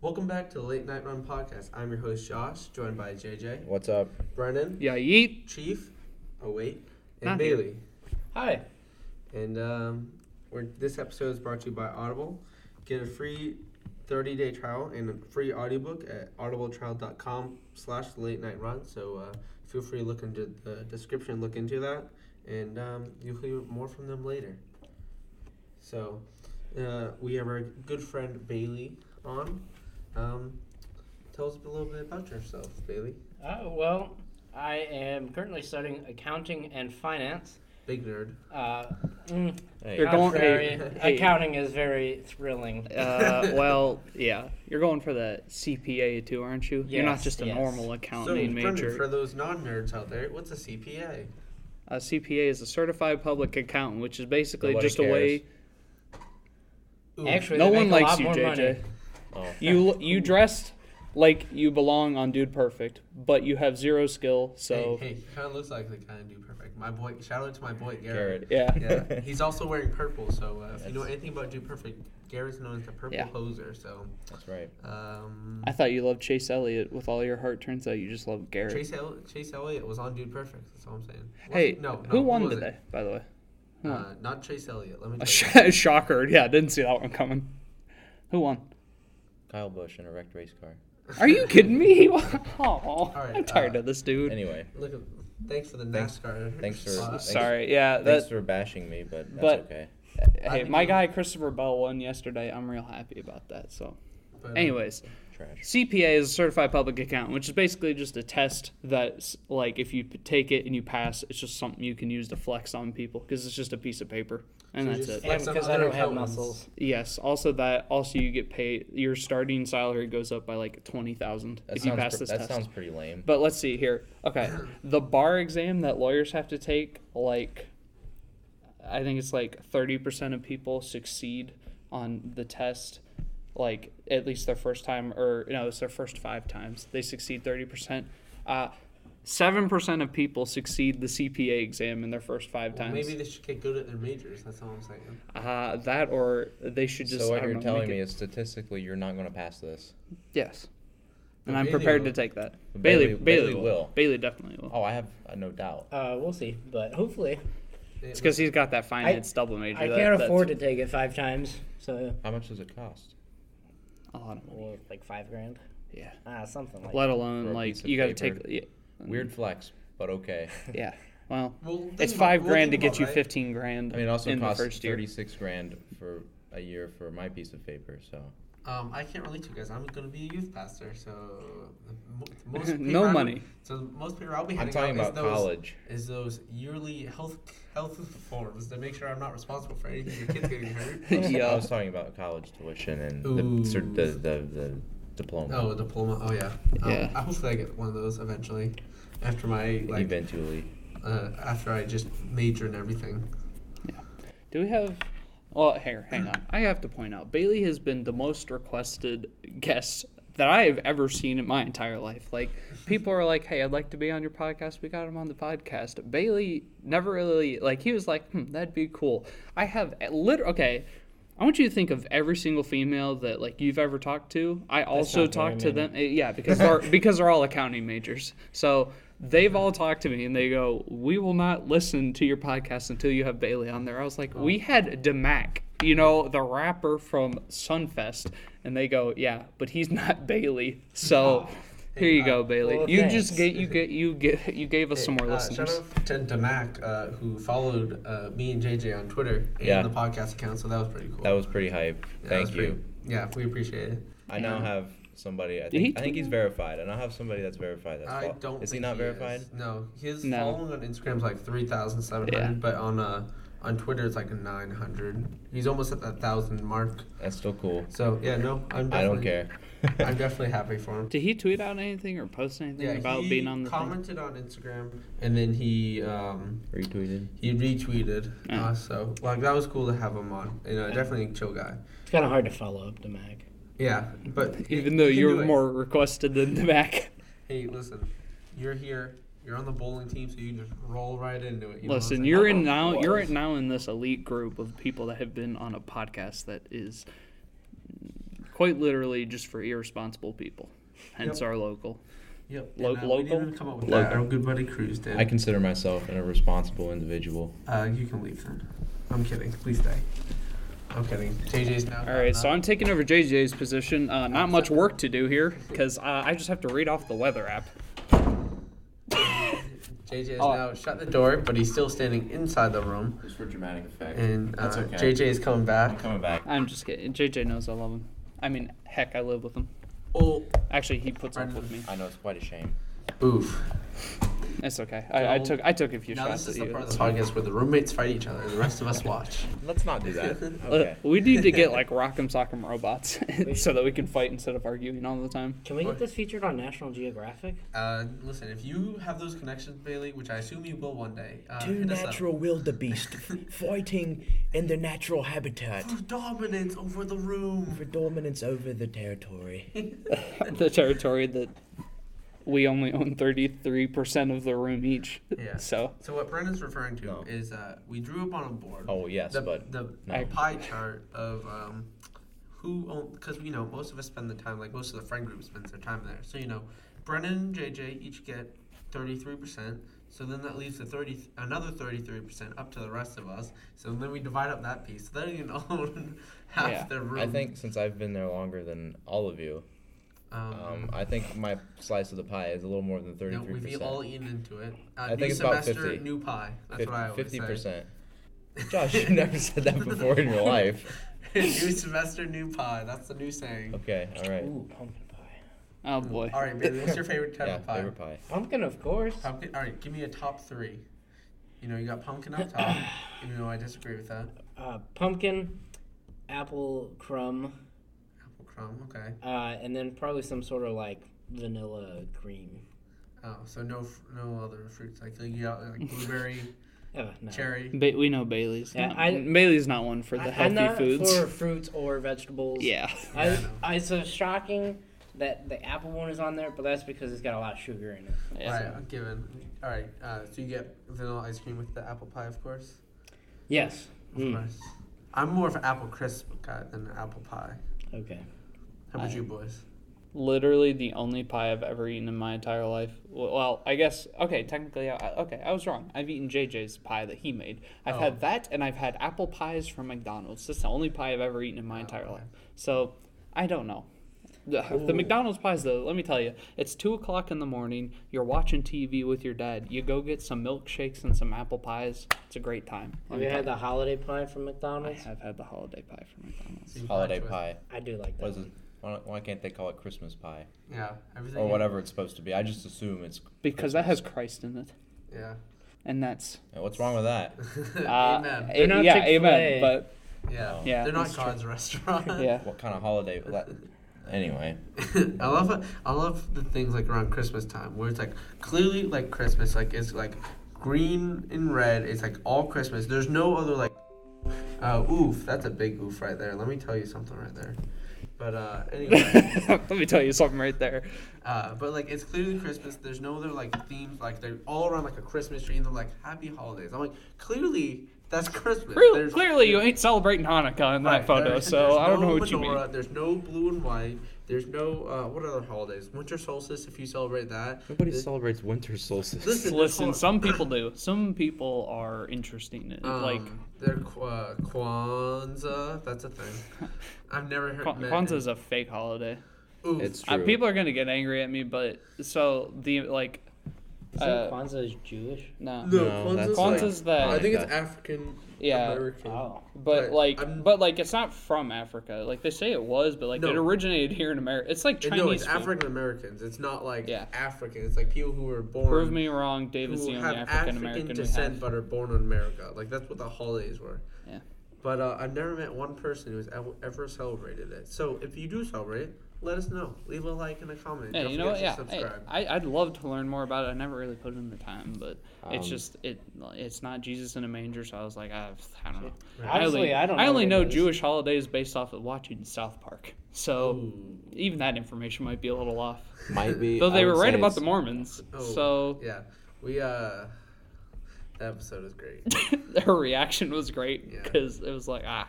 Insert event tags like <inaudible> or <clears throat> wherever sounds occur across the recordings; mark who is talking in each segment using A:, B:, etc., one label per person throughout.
A: Welcome back to the Late Night Run podcast. I'm your host Josh, joined by JJ,
B: What's up?
A: Brennan,
C: Yeah, eat.
A: Chief, oh wait, and
C: Not here.
A: Bailey.
D: Hi.
A: And um, we're, this episode is brought to you by Audible. Get a free 30-day trial and a free audiobook at audibletrial.com slash late night run. So uh, feel free to look into the description, look into that, and um, you'll hear more from them later. So uh, we have our good friend Bailey on. Um, tell us a little bit about yourself, Bailey.
D: Uh, well, I am currently studying accounting and finance.
A: Big nerd.
D: Uh, mm,
B: Hey.
C: You're going-
D: contrary,
C: hey.
D: accounting is very thrilling. <laughs>
C: Uh, well, yeah, you're going for the CPA too, aren't you? you're not
D: Yes,
C: just a
D: yes.
C: normal
A: So,
C: accounting
A: Brendan,
C: major.
A: for those non-nerds out there, what's a CPA?
C: a CPA is a certified public accountant, which is basically
B: Nobody
C: just a way
A: Ooh.
D: Actually,
C: no
D: they
C: one
D: make a
C: likes
D: lot
C: you,
D: more
C: JJ.
D: money.
B: Oh.
C: <laughs> You you dressed like you belong on Dude Perfect, but you have zero skill. So
A: hey, hey, he kind of looks like the kind of dude perfect. My boy, shout out to my boy Garrett.
B: Garrett.
C: yeah, <laughs>
A: Yeah, he's also wearing purple. So uh, if you know anything about dude perfect, Garrett's known as the purple
C: Yeah.
A: poser. So
B: That's right.
A: um,
C: I thought you loved Chase Elliott with all your heart. Turns out you just love Garrett.
A: Chase El- Chase Elliott was on dude perfect. That's all I'm saying. Was
C: hey,
A: he? no, no,
C: who won
A: was it?
C: today? By the way, <laughs> Who won? Oh,
A: Uh, not Chase Elliott. Let me.
C: A
A: Tell
C: sh- <laughs> shocker. Yeah, didn't see that one coming. Who won?
B: Kyle Bush in a wrecked race car.
C: Are you kidding me? <laughs> He won. Aw,
A: right,
C: I'm tired
A: uh,
C: of this dude.
B: Anyway,
A: you. Look, at, thanks for the
B: Thanks-
A: NASCAR.
B: thanks for-
A: spot.
B: thanks-
C: Sorry. Yeah.
B: thanks
C: That,
B: for bashing me, but that's
C: but-
B: okay.
C: hey,
A: I
C: my
A: think-
C: guy Christopher Bell won yesterday. I'm real happy about that. So,
A: But, uh,
C: anyways,
B: Trash.
C: CPA is a certified public accountant, which is basically just a test that's like if you p- take it and you pass, it's just something you can use to flex on people because it's just a piece of paper and
A: So
C: that's
A: just-
C: it.
A: Like
D: And
A: some
D: because I
A: other
D: don't have
A: accountants.
D: muscles.
C: Yes. Also that. Also you get paid. Your starting salary goes up by like twenty thousand
B: That,
C: if you
B: sounds
C: pass
B: pre-
C: this
B: that
C: test.
B: sounds pretty lame.
C: But let's see here. Okay, the bar exam that lawyers have to take, like, I think it's like thirty percent of people succeed on the test, like at least their first time, or no, it's their first five times they succeed thirty percent. Uh, Seven percent of people succeed the CPA exam in their first five
A: well,
C: times.
A: maybe they should get good at their majors. That's all I'm saying.
C: uh, that, or they should just.
B: so
C: I
B: what
C: don't
B: you're
C: know,
B: telling
C: make
B: me
C: it-
B: is statistically you're not going to pass this.
C: yes,
A: But
C: and I'm
A: Bailey
C: prepared
A: will.
C: to take that.
B: But
C: Bailey, Bailey,
B: Bailey- Bailey
C: will.
B: will.
C: Bailey definitely will.
B: Oh, I have uh, no doubt.
D: Uh, we'll see, but hopefully.
C: It's because he's got that finance double major.
D: I
C: that-
D: can't
C: that's
D: afford to take it five times, so
B: How much does it cost? Oh,
C: A lot of money.
D: well, like five grand.
C: Yeah.
D: Ah, something like
C: Let
B: For
C: alone
B: a
C: like
B: piece of
C: you got to
B: paper.
C: take. Yeah.
B: Weird flex, but okay.
C: Yeah. Well,
A: Well, think
C: it's
A: about-
C: five
A: well,
C: grand to
A: think
C: get
A: about,
C: you
A: right?
C: fifteen grand.
B: I mean, it also
C: in
B: costs
C: the first year.
B: 36 grand for a year for my piece of paper, so
A: Um, I can't relate to you guys. I'm going to be a youth pastor, so the mo- the
C: <laughs>
A: most paper
C: No
A: I'm-
C: money.
A: So the most paper I'll be
B: I'm
A: handing
B: talking
A: out
B: about
A: is those, <laughs>
B: college.
A: is those yearly health health forms to make sure I'm not responsible for anything your kids getting
C: <laughs>
A: hurt.
B: I
C: yeah.
B: was talking about college tuition and the,
A: Ooh.
B: cert- the, the, the diploma.
A: Oh, a diploma. Oh yeah. Um,
C: Yeah.
A: I hopefully I get one of those eventually, after my like
B: Eventually.
A: uh, after I just major in everything.
C: Do we have? Well, here, hang
B: <clears throat>
C: on. I have to point out Bailey has been the most requested guest that I have ever seen in my entire life. Like, people are like, "Hey, I'd like to be on your podcast." We got him on the podcast. Bailey never really like. He was like, "Hmm, that'd be cool." I have eh, lit. Okay, I want you to think of every single female that like you've ever talked to. I also
D: not very
C: talked to them. eh, Yeah, because
A: <laughs>
C: they're because they're all accounting majors. So they've all talked to me and they go, "We will not listen to your podcast until you have Bailey on there." I was like,
A: Oh.
C: "We had Demac, you know, the rapper from Sunfest," and they go, "Yeah, but he's <laughs> not Bailey."
A: Oh.
C: So. Here you go, Bailey.
D: well,
C: you
D: thanks.
C: just get you get you get you gave us some more
A: uh,
C: listeners.
A: Shout out to, to Mac, uh, who followed uh, me and JJ on Twitter and
B: Yeah.
A: the podcast account, so that was pretty cool.
B: That was pretty hype.
A: Yeah, that
B: Thank
A: was
B: you.
A: pretty- yeah, we appreciate it.
B: I now
C: Yeah.
B: have somebody. I
C: Did he
B: think, I think
C: tweet
B: he's verified. I now have somebody that's verified. That's
A: I
B: fol-
A: don't.
B: Is he
A: think
B: not
A: is.
B: verified?
A: No, his
C: No.
A: following on Instagram's like three thousand seven hundred,
C: Yeah.
A: but on uh on Twitter it's like nine hundred. He's almost at that thousand mark.
B: That's still cool.
A: So yeah, no, I'm. Definitely,
B: I don't care.
A: <laughs> I'm definitely happy for him.
C: Did he tweet out anything or post anything
A: Yeah,
C: about
A: he
C: being on the thing?
A: commented on Instagram and then he um
B: <laughs> Retweeted.
A: he retweeted.
C: Yeah.
A: Uh, so like that was cool to have him on. You know, definitely a chill guy.
D: It's kind of hard to follow up the Mac.
A: Yeah,
C: <laughs>
A: but he-
C: Even
A: he
C: though
A: can
C: you
A: do
C: were
A: it.
C: more requested than Demac.
A: Hey, listen, you're here. You're on the bowling team, so you just roll right into it. <laughs> you know what I'm
C: Listen,
A: saying?
C: you're in now. You're
D: was.
C: in now in this elite group of people that have been on a podcast that is quite literally just for irresponsible people. Hence our local.
A: Yep.
C: Lo-
A: and, uh, We
C: local?
A: didn't even come up with that.
B: Local.
A: Our good buddy Cruz did.
B: I consider myself an irresponsible individual.
A: Uh, you can leave then. I'm kidding. Please stay. I'm kidding. JJ's now.
C: All right, so I'm taking over JJ's position. Uh, not much work to do here because uh, I just have to read off the weather app.
A: JJ has
C: Oh.
A: now shut the door, but he's still standing inside the room.
B: Just for dramatic effect.
A: And uh,
B: That's okay.
A: JJ is coming back.
B: coming back.
C: I'm just kidding. JJ knows I love him. I mean, heck, I live with him.
A: Oh,
C: Actually, he puts up with me.
B: I know it's quite a shame.
A: oof.
C: It's okay. I, I took I took a few
A: Now
C: shots
A: this is the
C: at you.
A: part of the podcast where the roommates fight each other and the rest of us watch.
B: Let's not
A: <laughs>
B: do that.
C: Uh,
B: Okay.
C: we need to get
D: <laughs>
C: like Rock'em Sock'em robots <laughs> so that we can fight instead of arguing all the
D: <laughs>
C: time.
D: Can we get this featured on National Geographic?
A: Uh, listen, if you have those connections, Bailey, which I assume you will one day, uh,
E: Two
A: hit us up.
E: natural wildebeest <laughs> fighting in their natural habitat
A: For dominance over the room.
C: <laughs>
E: for dominance over the territory.
C: the territory that we only own 33% of the room each.
A: Yeah.
C: So,
A: So what Brendan's referring to
B: No.
A: is uh, we drew up on a board.
B: Oh yes,
A: the,
B: but
A: the
B: no.
A: pie chart of um, who because you know most of us spend the time like most of the friend group spends their time there. So you know, Brennan and JJ each get thirty three percent. So then that leaves the thirty another thirty three percent up to the rest of us. So then we divide up that piece. They don't even <laughs> own half
C: Yeah,
A: their room.
B: I think since I've been there longer than all of you,
A: Um,
B: um, I think my slice of the pie is a little more than
A: no,
B: thirty-three
A: we've all
B: percent.
A: eaten into it. Uh,
B: I
A: new
B: think it's about
A: semester,
B: 50.
A: new pie. That's what I always
B: Fifty
A: say. <laughs>
B: percent. Josh, you never said that before in your life.
A: new semester, new pie. That's the new saying.
B: Okay, all right.
D: Ooh, pumpkin pie.
C: oh
D: Mm.
C: boy.
A: All right, baby. What's your favorite type
B: Yeah,
A: of pie?
B: favorite pie.
D: Pumpkin, of course.
A: Pumpkin. All right, give me a top three. You know, you got pumpkin up top. <coughs> even though I disagree with that.
D: Uh, pumpkin, apple crumb,
A: Apple crumb. Okay.
D: uh, and then probably some sort of like vanilla cream.
A: Oh, so no, f- no other fruits. Like you got
C: <laughs>
A: like blueberry,
D: Oh, no.
A: cherry.
C: Ba- we know Bailey's.
D: Yeah,
C: not,
D: I-
C: Bailey's not one for the
D: I-
C: healthy
D: I'm not
C: foods.
D: for fruits or vegetables.
C: <laughs> yeah.
D: I,
A: Yeah,
D: I, it's so shocking that the apple one is on there, but that's because it's got a lot of sugar in it.
A: All
C: Yeah.
A: right, I'm given. All right. Uh, so you get vanilla ice cream with the apple pie, of course.
D: Yes. Mm.
A: Of
C: Hmm.
A: course. I'm more of an apple crisp guy than an apple pie.
D: Okay.
A: How about
C: I-
A: you boys?
C: Literally the only pie I've ever eaten in my entire life. Well, well, I guess okay, technically, I, I- okay, I was wrong. I've eaten JJ's pie that he made. I've
A: Oh.
C: had that, and I've had apple pies from McDonald's. That's the only pie I've ever eaten in
D: Oh,
C: my entire life. So I don't know. The, the McDonald's pies, though, let me tell you, it's two o'clock in the morning. You're watching TV with your dad. You go get some milkshakes and some apple pies. It's a great time. Let
D: Have
C: me
D: you
C: tell
D: had
C: you.
D: the holiday pie from
C: I
D: McDonald's?
C: have had the holiday pie from McDonald's.
A: So you
B: Holiday
A: lied to us.
B: pie.
D: I do like that.
B: What is it? Why, don't- why can't they call it Christmas pie
A: Yeah. Everything.
B: or
A: you-
B: whatever it's supposed to be? I just assume it's.
C: Because that has Christ in it,
A: Yeah. <laughs>
C: and that's
B: Yeah, What's wrong with that?
C: uh,
A: Amen.
C: a-
D: not
C: yeah,
D: Chick-fil-A.
C: amen. But
A: Yeah.
C: Yeah,
A: They're not
C: that's true. <laughs>
A: God's restaurant.
C: Yeah.
B: What kind of holiday? la- Anyway,
A: <laughs> I love it. I love the things like around Christmas time where it's like clearly like Christmas, like it's like green and red. It's like all Christmas. There's no other like uh, oof. That's a big oof right there. Let me tell you something right there. But uh,
C: <laughs>
A: anyway,
C: Let me tell you something right there.
A: uh, but like it's clearly Christmas. There's no other like themes. Like they're all around like a Christmas tree and they're like happy holidays. I'm like clearly that's Christmas. There's-
C: clearly, you ain't celebrating Hanukkah in that
A: Right, <laughs>
C: photo,
A: there-
C: so
A: there's
C: I don't
A: no
C: know what you
A: menorah,
C: mean.
A: There's no blue and white. There's no uh, what other holidays? Winter solstice, if you celebrate that.
B: nobody
A: Th-
B: celebrates winter solstice.
A: Listen,
C: <laughs> Listen,
A: there's
C: some people do. Some people are interesting. in-
A: hol-
C: like
A: um, there Qu- uh, Kwanzaa. That's a thing. I've never heard.
C: Kwan-
A: met
C: Kwanzaa
A: it.
C: is a fake holiday.
A: Oof.
B: <laughs> It's
C: Uh,
B: true.
C: people are gonna get angry at me, but so the like,
D: Is
C: uh,
D: that Kwanzaa is Jewish?
C: no,
A: no,
B: No,
A: Kwanzaa's,
B: that's
A: like,
C: Kwanzaa's that-
A: I think it's
B: Hanukkah.
A: African
C: Yeah.
A: American.
C: <laughs>
D: Oh.
C: but
A: Right,
C: like,
A: I'm-
C: but like, it's not from Africa. Like they say it was, but like
A: No.
C: it originated here in America. It's like
A: And
C: Chinese.
A: no, it's
C: food.
A: African Americans. It's not like
C: Yeah.
A: African. It's like people who were born.
C: Prove me wrong. David's
A: who
C: the
A: have
C: only African
A: African
C: American we
A: descent
C: have.
A: but are born in America. Like that's what the holidays were.
C: Yeah.
A: But uh, I've never met one person who's ever, ever celebrated it. So if you do celebrate, let us know. Leave a like and a comment.
C: Hey,
A: Don't
C: you know what? Yeah,
A: forget to
C: hey,
A: subscribe.
C: I, I'd love to learn more about it. I never really put in the time, but it's
B: Um,
C: just it. It's not Jesus in a manger, so I was like, I, I don't know.
D: Honestly,
C: only,
D: I don't
C: I
D: know
C: only
D: what it
C: know
D: is.
C: Jewish holidays based off of watching South Park, so
A: Ooh.
C: even that information might be a little off.
B: Might be.
C: <laughs> Though
B: I
C: they were
B: would
C: right
B: say
C: about the
B: it's-
C: Mormons,
A: Oh,
C: so
A: yeah, we uh, that episode is great. <laughs>
C: her reaction was great
A: Yeah.
C: because it was like, ah,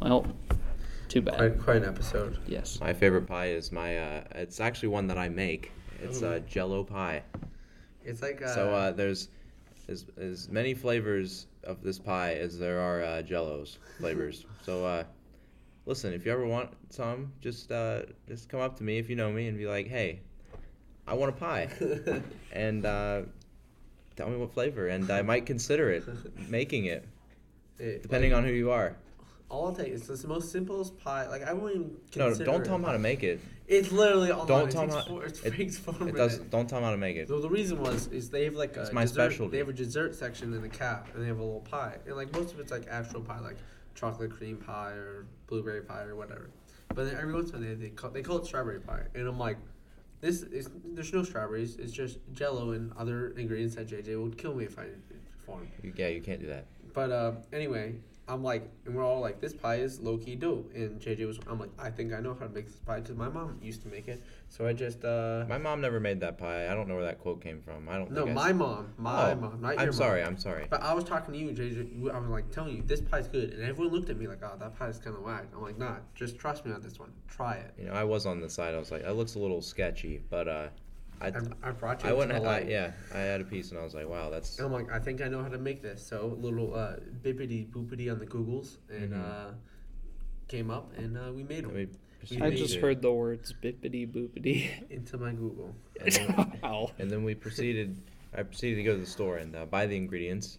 C: well, Too bad.
A: Quite, quite an episode.
C: Yes.
B: My favorite pie is my. Uh, it's actually one that I make. It's uh, Jello pie.
A: It's like uh,
B: so
A: <laughs>
B: uh, there's as, as many flavors of this pie as there are uh,
A: <laughs>
B: Jellos flavors. so uh, listen, if you ever want some, just uh, just come up to me if you know me and be like, hey, I want a pie, and uh, tell me what flavor, and I might consider
A: <laughs>
B: it making it
A: it-
B: depending
A: like,
B: on who you are.
A: all I'll take is it's the most simplest pie. Like I wouldn't even
B: No,
A: consider.
B: don't tell
A: it.
B: them how to
A: <laughs>
B: make it.
A: It's literally all.
B: Don't
A: it
B: tell 'em
A: takes
B: how-
A: four- It
B: it-
A: takes four
B: It
A: minutes.
B: doesn't. Don't tell them how to make it.
A: So the reason was is they have like a
B: It's my
A: dessert,
B: specialty.
A: They have a dessert section in the cap, and they have a little pie, and like most of it's like actual pie, like chocolate cream pie or blueberry pie or whatever. But then every once in a while they they call, they call it strawberry pie, and I'm like, this is there's no strawberries. It's just Jello and other ingredients that JJ would kill me if I formed.
B: You- Yeah, you can't do that.
A: But uh, anyway, I'm like, and we're all like, this pie is low key dope. And JJ was, I'm like, I think I know how to make this pie because my mom used to make it. So I just, uh,
B: My mom never made that pie. I don't know where that quote came from. I don't.
A: no,
B: think I Oh,
A: my mom, my mom, not your
B: I'm
A: mom.
B: sorry. I'm sorry.
A: But I was talking to you, JJ. I was like telling you this pie's good, and everyone looked at me like, "Oh, that pie's kind of whack." I'm like, "Nah, just trust me on this one. Try it."
B: You know, I was on the side. I was like, that looks a little sketchy, but uh, I,
A: I, I brought you.
B: I
A: to
B: wouldn't.
A: the
B: I,
A: light.
B: yeah, I had a piece, and I was like, wow, that's.
A: And I'm like, I think I know how to make this. So little uh, bippity boopity on the Googles, and
B: Mm-hmm.
A: uh, came up, and uh, we made
B: let
A: them
B: me
A: You
C: I
A: made
C: just
B: proceed.
C: heard the words bippity boopity.
A: into my Google.
B: And
C: <laughs>
B: then,
C: Ow.
B: and then we proceeded. I proceeded to go to the store and uh, buy the ingredients,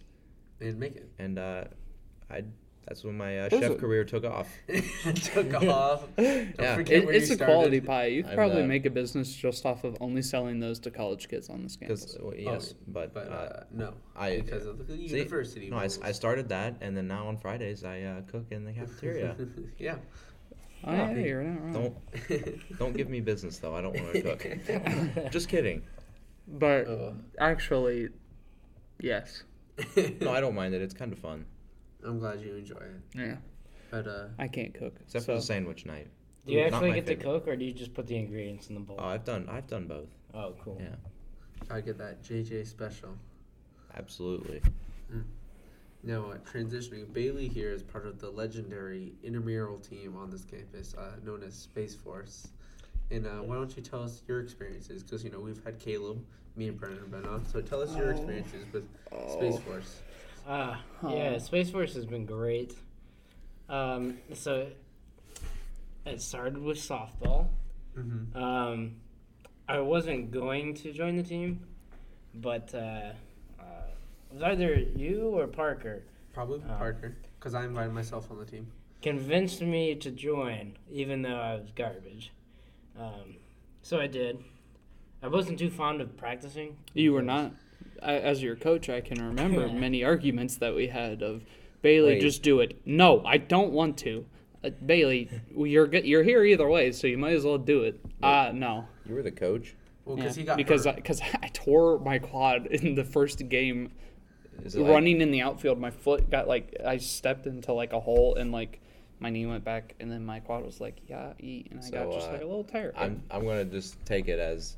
A: and make it. <laughs>
B: and uh, I. That's when my uh,
C: Those
B: chef
C: are-
B: career took off.
A: It
B: <laughs>
A: took off. Don't
B: Yeah.
A: forget
C: It-
A: where
C: it's
A: you
C: a quality
A: started.
C: pie. You could
B: I'm,
C: probably
B: uh,
C: make a business just off of only selling those to college kids on this campus.
B: Because well, yes, but,
A: But
B: uh,
A: uh, no,
B: I-
A: because of the
B: see,
A: university.
B: no, I, s-
A: rules.
B: I started that, and then now on Fridays I uh, cook
A: <laughs>
B: in the cafeteria.
A: yeah. <laughs>
C: Oh, yeah, you're not wrong.
B: don't don't give me business though. I don't want
A: <laughs>
B: to cook. Just kidding.
C: But
A: Uh.
C: actually, yes. <laughs>
B: No, I don't mind it. It's kind of fun,
A: I'm glad you enjoy it.
C: Yeah.
A: But uh,
C: I can't cook.
B: except for
C: so-
B: the sandwich night.
D: Do you
B: Not
D: actually
B: my
D: get to
B: favorite.
D: cook, or do you just put the ingredients in the
C: Uh,
D: bowl?
B: Oh, I've done. I've done both.
D: oh, cool.
B: Yeah,
A: I get that JJ special.
B: absolutely.
A: Now, uh, transitioning, Bailey here is part of the legendary intramural team on this campus uh, known as Space Force. And uh, why don't you tell us your experiences? Because, you know, we've had Caleb, me and Brennan have been on. So tell us your
C: Oh.
A: experiences with Space Force.
D: Ah,
C: Huh.
D: yeah, Space Force has been great. Um, so it started with softball.
A: Mm-hmm.
D: Um, I wasn't going to join the team, but uh, uh, it was either you or Parker
A: Probably
D: Uh,
A: Parker, because I invited myself on the team.
D: convinced me to join, even though I was garbage. Um, so I did. I wasn't too fond of practicing.
C: You were not. I, as your coach, I can remember
D: Yeah.
C: many arguments that we had of Bailey,
B: Wait.
C: just do it. No, I don't want to. Uh, Bailey, you're good. You're here either way, so you might as well do it. Uh, no.
B: You were the coach.
A: Well,
C: Yeah,
A: because he got
C: because I,
A: hurt.
C: cause <laughs> I tore my quad in the first game
B: Is it like-
C: running in the outfield. My foot got like I stepped into like a hole and like my knee went back and then my quad was like yeah eat and I
B: So,
C: got just
B: uh,
C: like a little tired.
B: I'm. I'm gonna just take it as.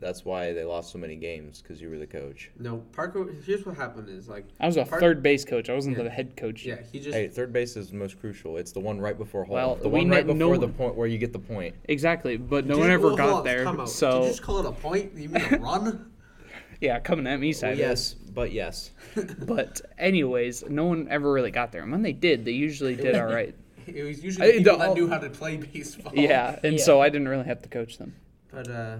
B: That's why they lost so many games because you were the coach.
A: no, Parker, here's what happened is, like,
C: I was a
A: Park-
C: third base coach. I wasn't
A: Yeah.
C: the head coach.
A: yeah, he just.
B: Hey, third base is the most crucial. It's the one right before home.
C: Well,
B: the
C: we
B: one right
C: ne-
B: before
C: no
B: the
C: one-
B: point where you get the point.
C: Exactly, but no
A: Did
C: one
A: you-
C: ever
A: well,
C: got
A: hold on,
C: there.
A: time out. Did you
C: So
A: just call it a point? You
C: <laughs>
A: mean a run?
C: yeah, coming at me
B: Well,
C: Saturday.
B: yes, but yes.
C: But anyways, no one ever really got there. And when they did, they usually did all
A: <laughs>
C: right.
A: It was usually
C: I-
A: people
C: the-
A: that knew how to play <laughs> baseball.
C: Yeah, and
D: Yeah.
C: so I didn't really have to coach them.
A: But uh,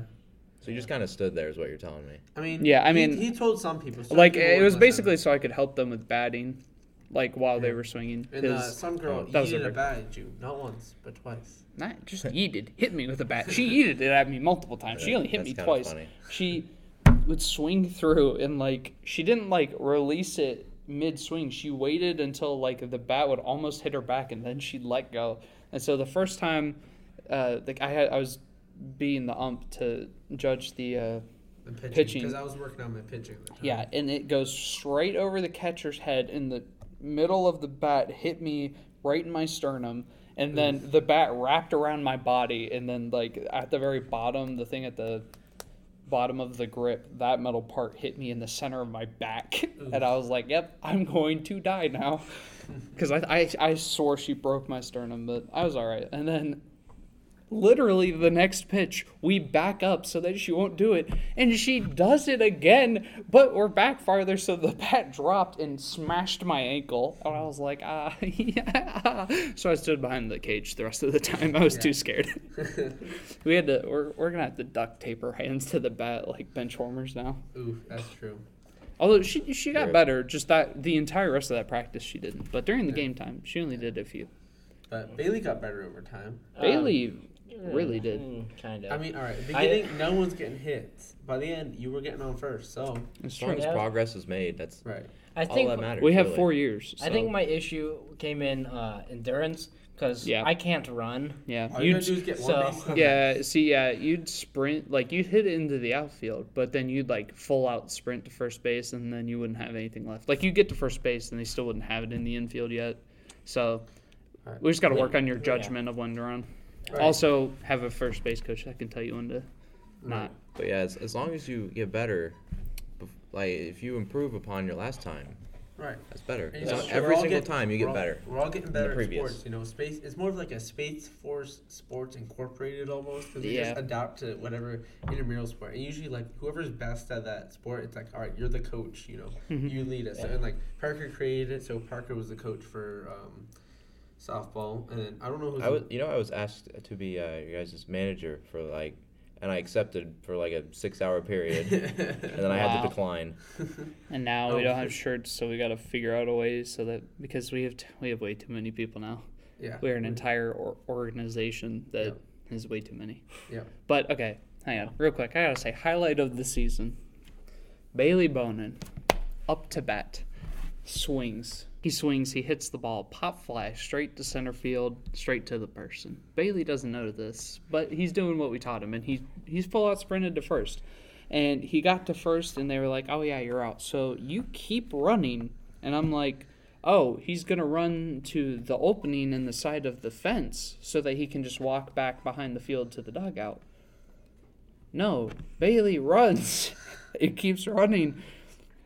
B: So you just kind of stood there, is what you're telling me.
A: I mean,
C: Yeah, I
A: he-
C: mean-
A: he, told some people. some
C: like
A: people
C: it
A: would
C: was
A: listen.
C: basically so I could help them with batting, like while they were swinging.
A: And uh,
C: Because
A: some girl
C: that was a
A: yeeted a
C: big-
A: bat at you, not once but twice.
C: not
B: <laughs>
C: just yeeted, hit me with a bat. She yeeted it at me multiple times. She only hit
B: That's
C: me
B: kinda
C: twice.
B: funny.
C: She would swing through and like she didn't like release it mid swing. She waited until like the bat would almost hit her back and then she'd let go. And so the first time, uh, like I had, I was being the ump to judge the. Uh,
A: The pitching,
C: Pitching.
A: because I was working on my pitching. At the time.
C: Yeah, and it goes straight over the catcher's head in the middle of the bat, hit me right in my sternum, and then the bat wrapped around my body, and then like at the very bottom, the thing at the bottom of the grip, that metal part hit me in the center of my back, <laughs> and I was like, "Yep, I'm going to die now," because I, I I swore she broke my sternum, but I was all right. And then, literally the next pitch, we back up so that she won't do it, and she does it again, but we're back farther, so the bat dropped and smashed my ankle, and I was like, "Ah, <laughs> yeah." So I stood behind the cage the rest of the time. I was too scared. We had to. We're, we're gonna have to duct tape her hands to the bat like bench warmers now.
A: Oof, that's true.
C: Although she she got
B: Yeah.
C: better, just that the entire rest of that practice she didn't. But during the game time, she only did a few.
A: But Bailey got better over time.
D: Um,
C: Bailey really
D: mm,
C: did.
D: Kind of.
A: I mean, all right,
D: I-
A: beginning, no one's getting hit. By the end, you were getting on first, so
C: It's
B: As long
C: true.
B: as
D: Yeah.
B: progress is made, that's
A: right.
D: I
B: all
D: think
B: that matters.
C: We have
B: really.
C: four years.
D: I think my issue came in uh, endurance because
C: Yeah.
D: I can't run.
C: yeah.
A: All you
C: You'd,
A: gotta do is get
D: so-
A: one base.
C: yeah. See, yeah. You'd sprint like you'd hit it into the outfield, but then you'd like full out sprint to first base, and then you wouldn't have anything left. Like you get to first base, and they still wouldn't have it in the infield yet. So
A: Alright.
C: we just got to work on your
D: Yeah.
C: judgment of when to run.
A: Right.
C: Also, have a first base coach that can tell you when to not.
B: But yeah, as, as long as you get better, bef- like if you improve upon your last time,
A: right.
B: that's better.
A: And, you
B: As
A: know,
B: long-
A: we're
B: every
A: all
B: single
A: getting-
B: time you
A: we're
B: get
A: all-
B: better.
A: We're all getting better at
B: previous.
A: sports. You know, space. It's more of like a space force sports incorporated almost because we just
C: Yeah.
A: adapt to whatever intramural sport. And usually, like whoever's best at that sport, it's like, all right, you're the coach. You know, you lead us. And like Parker created it, so Parker was the coach for um, softball. And then I don't know who's.
B: I was, you know, I was asked to be uh, your guys' manager for like, and I accepted for like a six-hour period, <laughs> and then I had
C: Wow.
B: to decline.
C: And now we
A: Oh.
C: don't have shirts, so we got to figure out a way so that because we have t- we have way too many people now.
A: <laughs> yeah.
C: We're an entire or- organization that is way too many.
A: Yeah.
C: But okay, hang on, real quick. I gotta say, highlight of the season: Bailey Bonin, up to bat, swings. He swings. He hits the ball, pop fly, straight to center field, straight to the person. Bailey doesn't know this, but he's doing what we taught him, and he he's full out sprinted to first, and he got to first, and they were like, "Oh yeah, you're out." So you keep running, and I'm like. Oh, he's gonna run to the opening in the side of the fence so that he can just walk back behind the field to the dugout. No, Bailey <laughs> runs. it keeps running,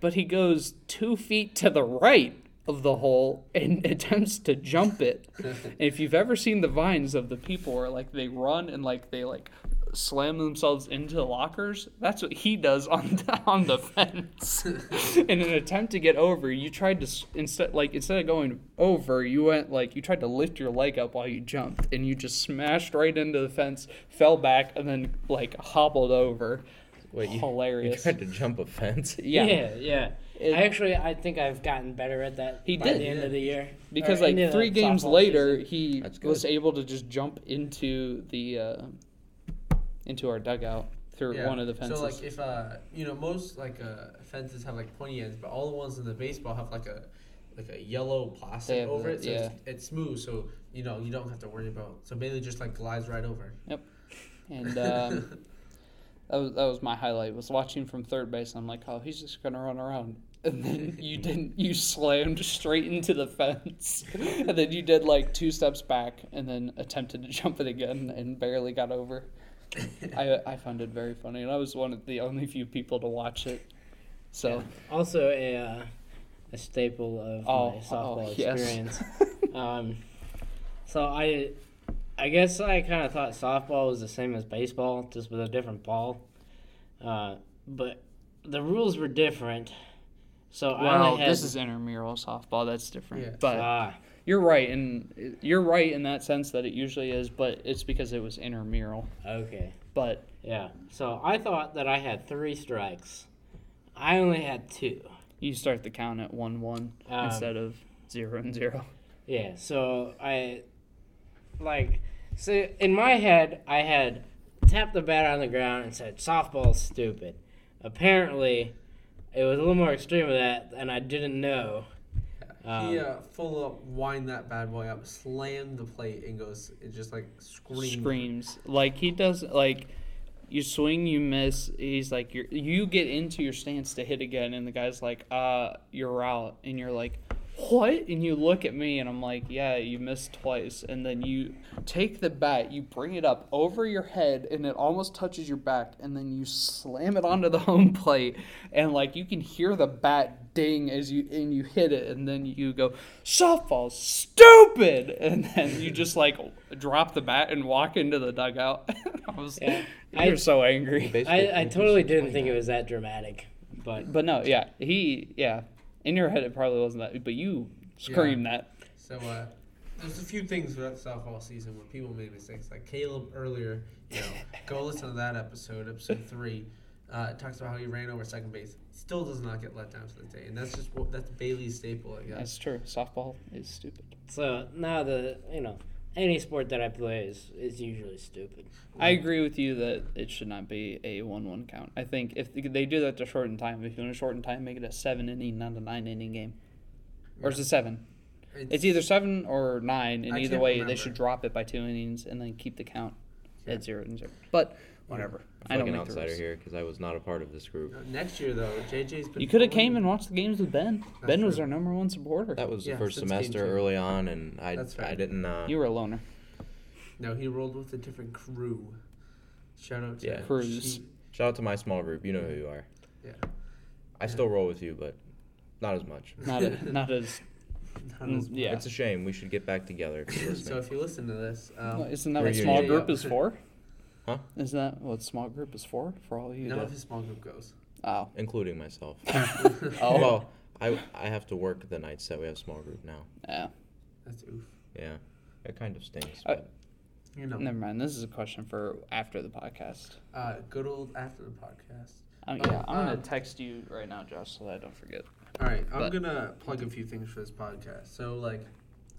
C: but he goes two feet to the right of the hole and <laughs> attempts to
B: <laughs>
C: jump it. And if you've ever seen the vines of the people where like they run and like they like slam themselves into lockers, that's what he does on <laughs> the, on
B: <laughs>
C: the fence. In an attempt to get over, you tried to s- instead like instead of going over, you went like you tried to lift your leg up while you jumped and you just smashed right into the fence, fell back and then like hobbled over.
B: Wait, you, you
C: Hilarious.
B: tried to jump a fence? <laughs>
C: yeah.
D: <laughs> yeah. yeah.
C: It-
D: I actually, I think I've gotten better at that
C: He
D: by
C: did.
D: the end of the year.
C: because
D: Or end
C: like
D: of
C: three
D: the
C: games
D: uh, softball
C: later
D: season.
C: he
B: That's good.
C: was able to just jump into the uh, into our dugout through
A: Yeah.
C: one of the fences
A: So like if uh you know most like uh fences have like pointy ends, but all the ones in the baseball have like a like a yellow plastic
C: They have
A: over
C: the-
A: it, so it's, it's smooth. So you know you don't have to worry about. So Bailey just like glides right over.
C: and
A: <laughs>
C: um, that, was, that was my highlight was watching from third base and i'm like oh he's just gonna run around <laughs> and then you didn't you slammed straight into the fence <laughs> and then you did like two steps back and then attempted to jump it again and barely
A: <laughs>
C: got over I, I found it very funny and i was one of the only few people to watch it so
D: Also, a, uh, a staple of
C: Oh,
D: my
C: oh,
D: softball
C: yes. <laughs>
D: experience. um, so I, I guess I kind of thought softball was the same as baseball, just with a different ball. Uh, but the rules were different. So I
C: Well,
D: only had,
C: this is intramural softball. That's different.
A: Yeah.
C: But
D: ah,
C: you're right, and you're right in that sense that it usually is, but it's because it was intramural.
D: okay.
C: But
D: Yeah. So I thought that I had three strikes. I only had two.
C: you start the count at one one
D: Um,
C: instead of zero and zero.
D: Yeah, so I like so in my head I had tapped the bat on the ground and said softball's stupid. Apparently it was a little more extreme of that and I didn't know. Um,
A: he uh, full up wind that bad boy up, slam the plate, and goes it just like screams.
C: Screams like he does. Like you swing, you miss. He's like you. You get into your stance to hit again, and the guy's like, "Uh, you're out," and you're like, what? And you look at me and I'm like, yeah, you missed twice. And then you take the bat, you bring it up over your head, and it almost touches your back. And then you slam it onto the <laughs> home plate. And like you can hear the bat ding as you and you hit it. And then you go, softball, stupid. <laughs> And then you just like drop the bat and walk into the dugout. <laughs> I was,
D: Yeah. I-
C: You're so angry.
D: I, I totally didn't think it was that dramatic, but
C: <laughs> But no, yeah, he, yeah, in your head it probably wasn't that, but you screamed that.
A: So uh, there's a few things throughout softball season where people made mistakes. Like Caleb earlier, you
C: <laughs>
A: know, go listen to that episode, episode three. Uh, it talks about how he ran over second base. Still does not get let down to this day, and that's just what, that's Bailey's staple, I guess.
C: That's true. Softball is stupid.
D: so now the you know any sport that I play is is usually stupid.
C: I agree with you that it should not be a one-one count. I think if they do that to shorten time, if you want to shorten time, make it a seven inning, not a nine inning game, or is it seven? It's either seven or nine, and
A: I
C: either
A: can't
C: way, they
A: remember.
C: should drop it by two innings and then keep the count at zero and zero. But whatever. I
B: I
C: don't
B: like an
C: make the
B: outsider
C: rules.
B: here because I was not a part of this group.
A: Uh, Next year though, JJ's been.
C: You could
A: following-
C: have came and watched the games with Ben. ben was
A: true.
C: our number one supporter.
B: That was the
A: Yeah,
B: first
A: since game
B: semester
A: two.
B: early on, and I
A: That's fair.
B: I didn't. Uh,
C: you were a loner.
A: No, he rolled with a different crew. Shout out to
B: Yeah.
C: Crews.
A: She-
B: shout out to my small group. You know who you are.
A: Yeah.
B: I still roll with you, but not as much.
A: <laughs>
C: Not a,
A: not
C: not as
A: as-
C: Mm, yeah.
B: It's a shame. We should get back together. If you're
A: So
B: listening.
A: if you listen to this, um,
C: Well, isn't that
B: We're
C: what
B: here,
C: small
A: yeah,
C: group
A: yeah.
C: is for?
B: Huh?
C: Isn't that what small group is for? For all you
A: none of
C: that
A: his small group goes.
C: Oh.
B: including myself.
C: Oh.
B: Well, I I have to work the nights that we have small group now.
C: Yeah.
A: That's oof.
B: Yeah, it kind of stinks.
C: Uh,
B: but-
A: You know,
C: Never mind. This is a question for after the podcast.
A: uh, good old after the podcast.
C: Um,
A: Oh,
C: yeah, I'm
A: uh,
C: gonna text you right now, Josh, so that I don't forget.
A: All right, I'm
C: But-
A: gonna plug a few things for this podcast. So, like,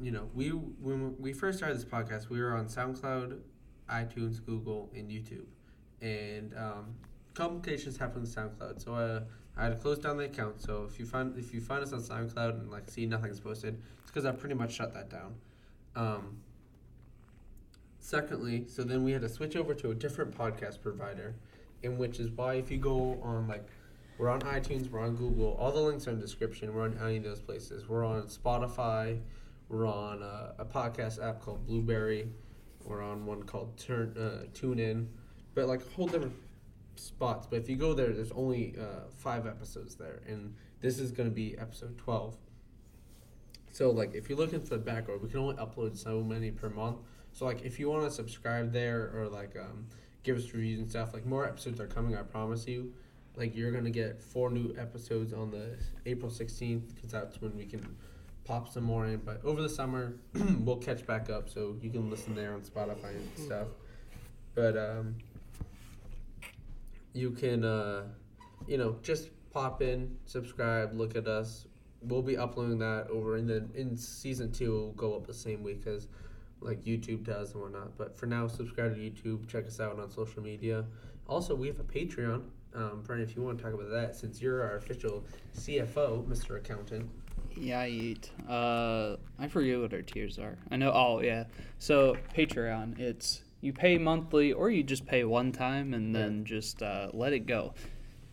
A: you know, we when we first started this podcast, we were on SoundCloud, iTunes, Google, and YouTube, and um, complications happened with SoundCloud. So uh, I had to close down the account. So if you find if you find us on SoundCloud and like see nothing's posted, it's because I pretty much shut that down. Um, secondly, so then we had to switch over to a different podcast provider, and which is why if you go on like we're on iTunes, we're on Google. All the links are in the description. We're on any of those places. We're on Spotify. We're on uh, a podcast app called Blueberry. We're on one called Turn uh, Tune In, but like a whole different spots. But if you go there, there's only uh, five episodes there, and this is going to be episode twelve. So like, if you're looking for the backlog, we can only upload so many per month. So like, if you want to subscribe there or like um, give us reviews and stuff, like more episodes are coming. I promise you. Like you're gonna get four new episodes on the April sixteenth because that's when we can pop some more in. But over the summer, <clears throat> we'll catch back up, so you can listen there on Spotify and stuff. But um, you can uh, you know just pop in, subscribe, look at us. We'll be uploading that over in the in season two. Will go up the same week as like YouTube does and whatnot. But for now, subscribe to YouTube. Check us out on social media. Also, we have a Patreon. Um, Brennan, if you want to talk about that, since you're our official CFO, Mr. Accountant.
C: Yeah, I eat. Uh, I forget what our tiers are. I know. Oh, yeah. So Patreon, it's you pay monthly or you just pay one time and then just uh, let it go.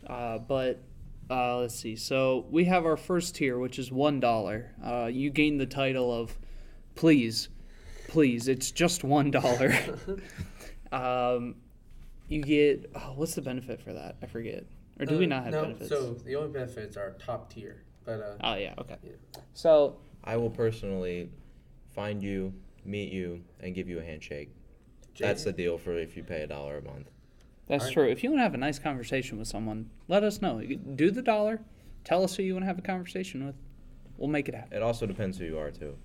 C: Uh, but uh, let's see. So we have our first tier, which is one dollar. Uh, you gain the title of please, please. It's just
A: <laughs>
C: one dollar. um, you get oh, what's the benefit for that? I forget. Or do we
A: Uh,
C: not have
A: no,
C: benefits?
A: So the only benefits are top tier, but uh,
C: oh yeah. Okay.
A: Yeah.
C: So
B: I will personally find you, meet you, and give you a handshake. That's the deal for if you pay a dollar a month.
C: That's
A: Alright.
C: true. If you want to have a nice conversation with someone, let us know. You can Do the dollar. Tell us who you want to have a conversation with. We'll make it happen.
B: It also depends who you are too.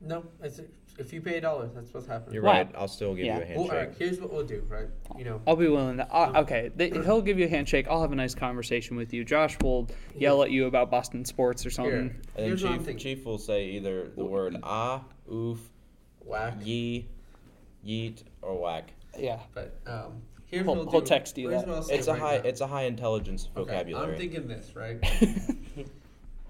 A: no. It's, if you pay a dollar, that's what's happening.
B: You're
C: Wow.
B: right. I'll still give
C: Yeah.
B: you a
A: Well, uh, all
B: handshake.
A: right. Here's what we'll do, right? You know,
C: I'll be willing to. Uh, okay, th- he'll give you a handshake. I'll have a nice conversation with you. Josh will yell at you about Boston sports or something.
A: here.
B: And then
A: Here's what I'm
B: chief,
A: thinking.
B: chief will say either the word ah, oof,
A: Whack.
B: yee, yeet, or whack.
C: Yeah.
A: But um, here's
C: He'll-
A: what we'll
C: he'll
A: do.
C: text you
A: Here's
C: that.
A: what I'll say
B: It's a
A: right
B: high
A: now.
B: it's a high intelligence
A: Okay,
B: vocabulary.
A: I'm thinking this, right?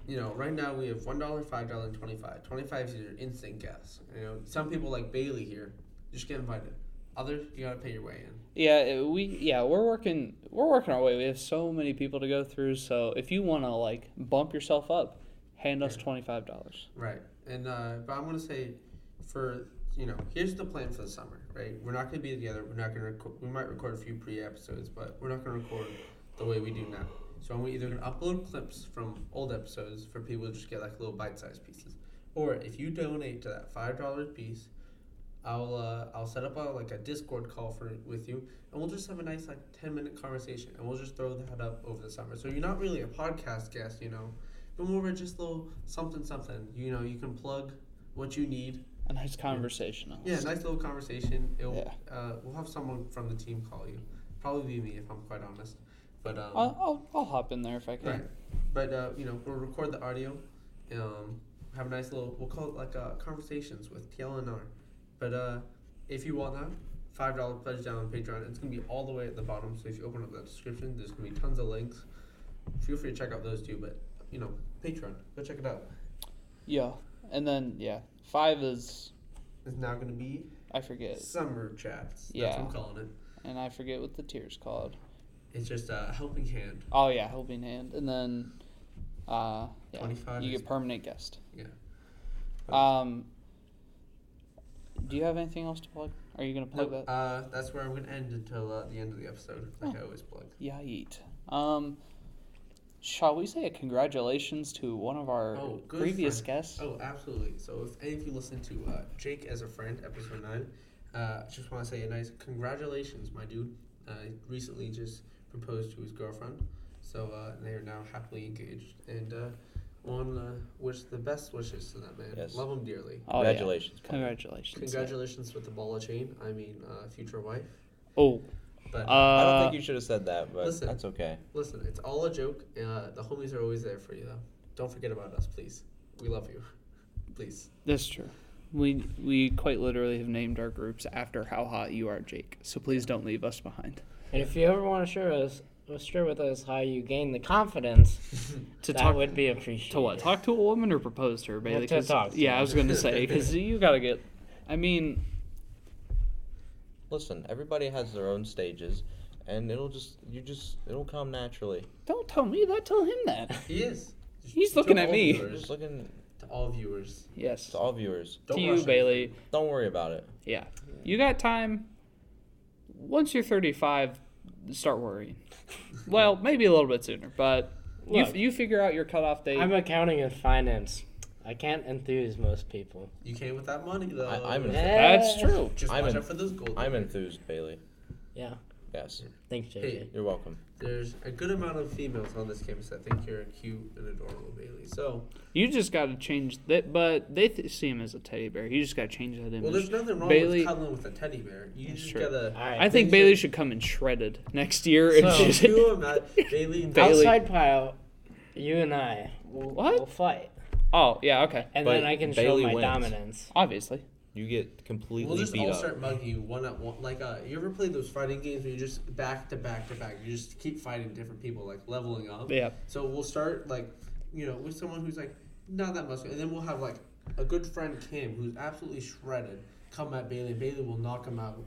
A: you know, right now we have one dollar, five dollar, and twenty five. Twenty five is your instant guess. You know, some people like Bailey here, just get invited. Others, you gotta pay your way in.
C: Yeah, uh, we yeah we're working we're working our way. We have so many people to go through. So if you want to like bump yourself up, hand us twenty five dollars.
A: Right. And uh, but I'm gonna say, for you know, here's the plan for the summer. Right. We're not gonna be together. We're not gonna. Rec- we might record a few pre episodes, but we're not gonna record the way we do now. So I'm either gonna upload clips from old episodes for people to just get like little bite sized pieces, or if you donate to that five dollar piece. I'll uh, I'll set up a like a Discord call for with you, and we'll just have a nice like ten minute conversation, and we'll just throw that up over the summer. So you're not really a podcast guest, you know, but more of a just little something something. You know, you can plug what you need.
C: A nice conversational.
A: Yeah, nice little conversation. It'll,
C: Yeah.
A: uh, we'll have someone from the team call you. Probably be me if I'm quite honest, but um,
C: I'll, I'll, I'll hop in there if I can.
A: right. But uh, you know, we'll record the audio. Um, have a nice little. We'll call it like uh, conversations with TLNR. But uh, if you want that, five dollar pledge down on Patreon. It's gonna be all the way at the bottom. So if you open up that description, there's gonna be tons of links. Feel free to check out those too. But you know, Patreon, go check it out.
C: Yeah, and then yeah, five is
A: It's now gonna be
C: I forget,
A: summer chats. That's what
C: Yeah.
A: I'm calling it.
C: and I forget what the tier's called.
A: It's just a helping hand.
C: Oh yeah, helping hand, and then uh, yeah,
A: 25
C: you
A: is- Oh.
C: get permanent guest.
A: Yeah.
C: Um, do you have anything else to plug? Are you gonna plug
A: Nope,
C: that?
A: uh, that's where I'm gonna end until uh, the end of the episode, like I always plug.
C: Yeah, yeet. Um, shall we say a congratulations to one of our
A: Oh, good
C: previous
A: friend.
C: guests?
A: Oh, absolutely. So if any of you listen to uh, Jake as a friend, episode nine, uh, just want to say a nice congratulations, my dude. Uh, he recently just proposed to his girlfriend, so uh, they are now happily engaged, and uh, want to wish the best wishes to that man.
B: Yes.
A: Love him dearly.
C: Oh, yeah.
B: Congratulations, Paul.
C: Congratulations.
A: Congratulations with the ball of chain. I mean, uh, future wife.
C: Oh,
A: But
C: uh,
B: I don't think you should have said that, but
A: listen.
B: that's okay.
A: listen, it's all a joke. Uh, the homies are always there for you, though. Don't forget about us, please. We love you. <laughs> Please.
C: That's true. We we quite literally have named our groups after how hot you are, Jake. So please don't leave us behind.
D: And if you ever want to share us, share with us how you gain the confidence,
C: <laughs> To
D: that
C: talk
D: would be appreciated.
C: to what? Talk to a woman or propose to her, Bailey?
D: to
C: 'Cause-
D: talk to
C: yeah, I
D: her.
C: was gonna
D: <laughs>
C: say because you gotta get. I mean,
B: Listen, everybody has their own stages, and it'll just you just it'll come naturally.
C: don't tell me that. Tell him that.
A: He is.
C: He's
A: To
C: looking at
A: all
C: me.
B: We're
A: viewers.
B: just looking
A: to all viewers.
C: Yes.
B: to all viewers.
A: Don't
C: to
A: rush
C: you,
A: it.
C: Bailey.
B: Don't worry about it.
C: Yeah, you got time. Once you're 35, start
A: <laughs>
C: worrying. Well, maybe a little bit sooner, but you
D: Look.
C: you figure out your cutoff date.
D: I'm accounting and finance. I can't enthuse most people.
A: You came with that money though.
B: I- I'm in-
C: That's true.
A: Just
B: I'm
A: watch
B: in-
A: out for those gold.
B: I'm enthused, Bailey.
D: Yeah.
B: Yes,
D: Thanks, JJ.
A: Hey.
B: you're welcome.
A: There's a good amount of females on this campus that think you're cute and adorable, Bailey. So,
C: You just got to change that, but they th- see him as a teddy bear. You just got to change that image.
A: well, there's nothing wrong
C: Bailey-
A: with cuddling with a teddy bear. You
C: That's
A: just
C: true.
A: gotta.
D: All right.
C: I think
A: They
C: Bailey
A: <laughs> should-
C: should come in shredded next year. <laughs> And
D: So-
C: just,
A: Can you imagine- Bailey,
C: Bailey-
D: Outside pile, you and I will
C: What?
D: will fight,
C: oh yeah, okay,
D: and
B: But
D: then I can
B: Bailey
D: show my
B: wins.
D: dominance.
C: obviously.
B: You get completely
A: we'll just
B: beat
A: all
B: up.
A: start mugging you one at one. Like, uh, you ever played those fighting games where you just back to back to back? You just keep fighting different people, like leveling up.
C: Yeah.
A: So we'll start like, you know, with someone who's like not that muscular, and then we'll have like a good friend Kim who's absolutely shredded come at Bailey. Bailey will knock him out.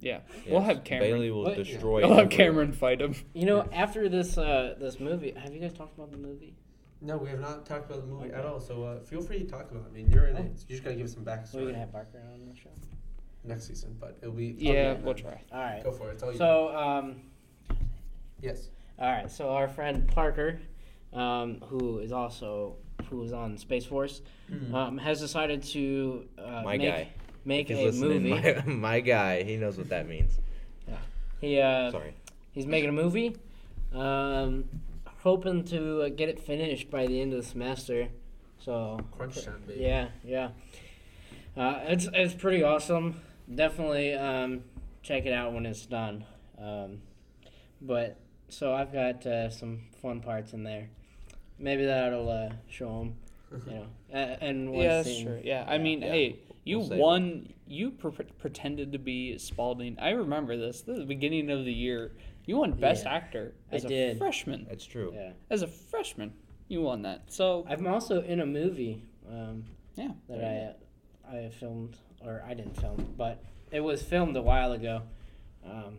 C: Yeah, we'll
B: Yes,
C: have Cameron.
B: Bailey will
D: What?
B: destroy.
C: we'll have
B: everyone.
C: Cameron fight him.
D: You know, after this uh, this movie, have you guys talked about the movie?
A: No, we have not talked about the movie at
D: Okay. Oh.
A: all. So uh, feel free to talk about. it. I mean, you're in it. You just gotta give some
D: We're
A: backstory
D: gonna have Barker on the show.
A: next season, but it'll be
C: Yeah,
A: Okay.
C: we'll try.
D: All right.
A: Go for it. It's all you.
D: So, um,
A: yes.
D: all right. So our friend Parker, um, who is also who is on Space Force,
A: Hmm.
D: um, has decided to uh,
B: My
D: make,
B: guy.
D: make
B: He's
D: a movie.
B: listening. My, <laughs> my guy, he knows what that means.
D: <laughs> He uh,
B: Sorry.
D: he's making a movie, um, hoping to uh, get it finished by the end of the semester. So
A: <clears throat> Crunch time, baby.
D: Yeah, yeah. Uh, it's it's pretty awesome. Definitely um, check it out when it's done. Um, but so I've got uh, some fun parts in there. Maybe that'll uh, show them. You know, a-
C: <laughs>
D: and one
C: Yeah,
D: scene.
C: sure. Yeah, I mean,
B: yeah.
C: hey, you
B: We'll save it.
C: won. You pre- pretended to be Spalding. I remember this. This is the beginning of the year. You won Best
D: Yeah,
C: Actor
D: I
C: as a
D: did.
C: freshman.
B: That's true.
D: Yeah,
C: As a freshman, you won that. So
D: I'm also in a movie um,
C: yeah,
D: that I I filmed or I didn't film, but it was filmed a while ago. Um,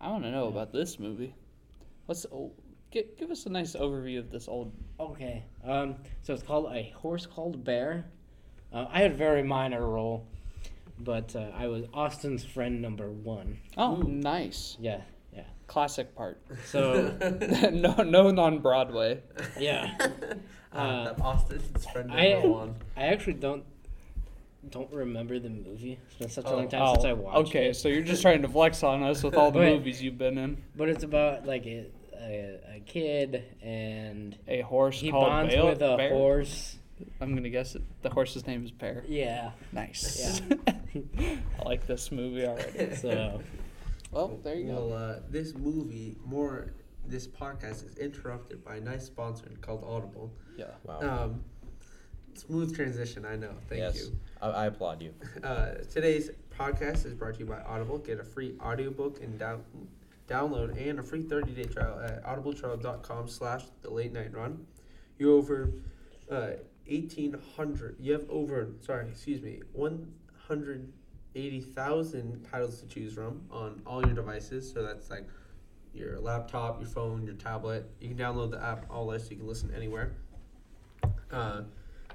C: I want to know about this movie. What's oh, Gi- give us a nice overview of this old.
D: Okay. Um, so it's called A Horse Called Bear. Uh, I had a very minor role, but uh, I was Austin's friend number one.
C: Oh, nice
D: Yeah, yeah.
C: classic part. <laughs>
D: So,
A: <laughs>
C: no, known on Broadway.
D: yeah.
A: Ah,
D: Uh,
A: that Austin's friend
D: I-
A: number one.
D: I actually don't don't remember the movie. It's been such a long time
C: Oh,
D: since I watched
C: okay,
D: it.
C: so you're just trying to flex on us with all the
D: Wait.
C: movies you've been in.
D: But it's about like a, a, a kid and
C: A horse
D: he
C: called
D: bonds
C: Bale-
D: with a
C: Bear.
D: horse.
C: I'm gonna guess it. The horse's name is Bear. <laughs>
D: Yeah.
C: Nice. <laughs> I like this movie already.
D: <laughs> So
C: <laughs> Well, Oh, there you
A: Well,
C: go.
A: uh, this movie, more this podcast is interrupted by a nice sponsor called Audible.
C: Yeah.
B: Wow.
A: Um, smooth transition, I know. Thank
B: yes.
A: you.
B: I, I applaud you.
A: Uh, today's podcast is brought to you by Audible. Get a free audiobook and down, download and a free 30-day trial at audibletrial.com slash the late night run. You over uh, 1,800, you have over, sorry, excuse me, 180,000 titles to choose from on all your devices. So that's like your laptop, your phone, your tablet. You can download the app all this. You can listen anywhere. Uh,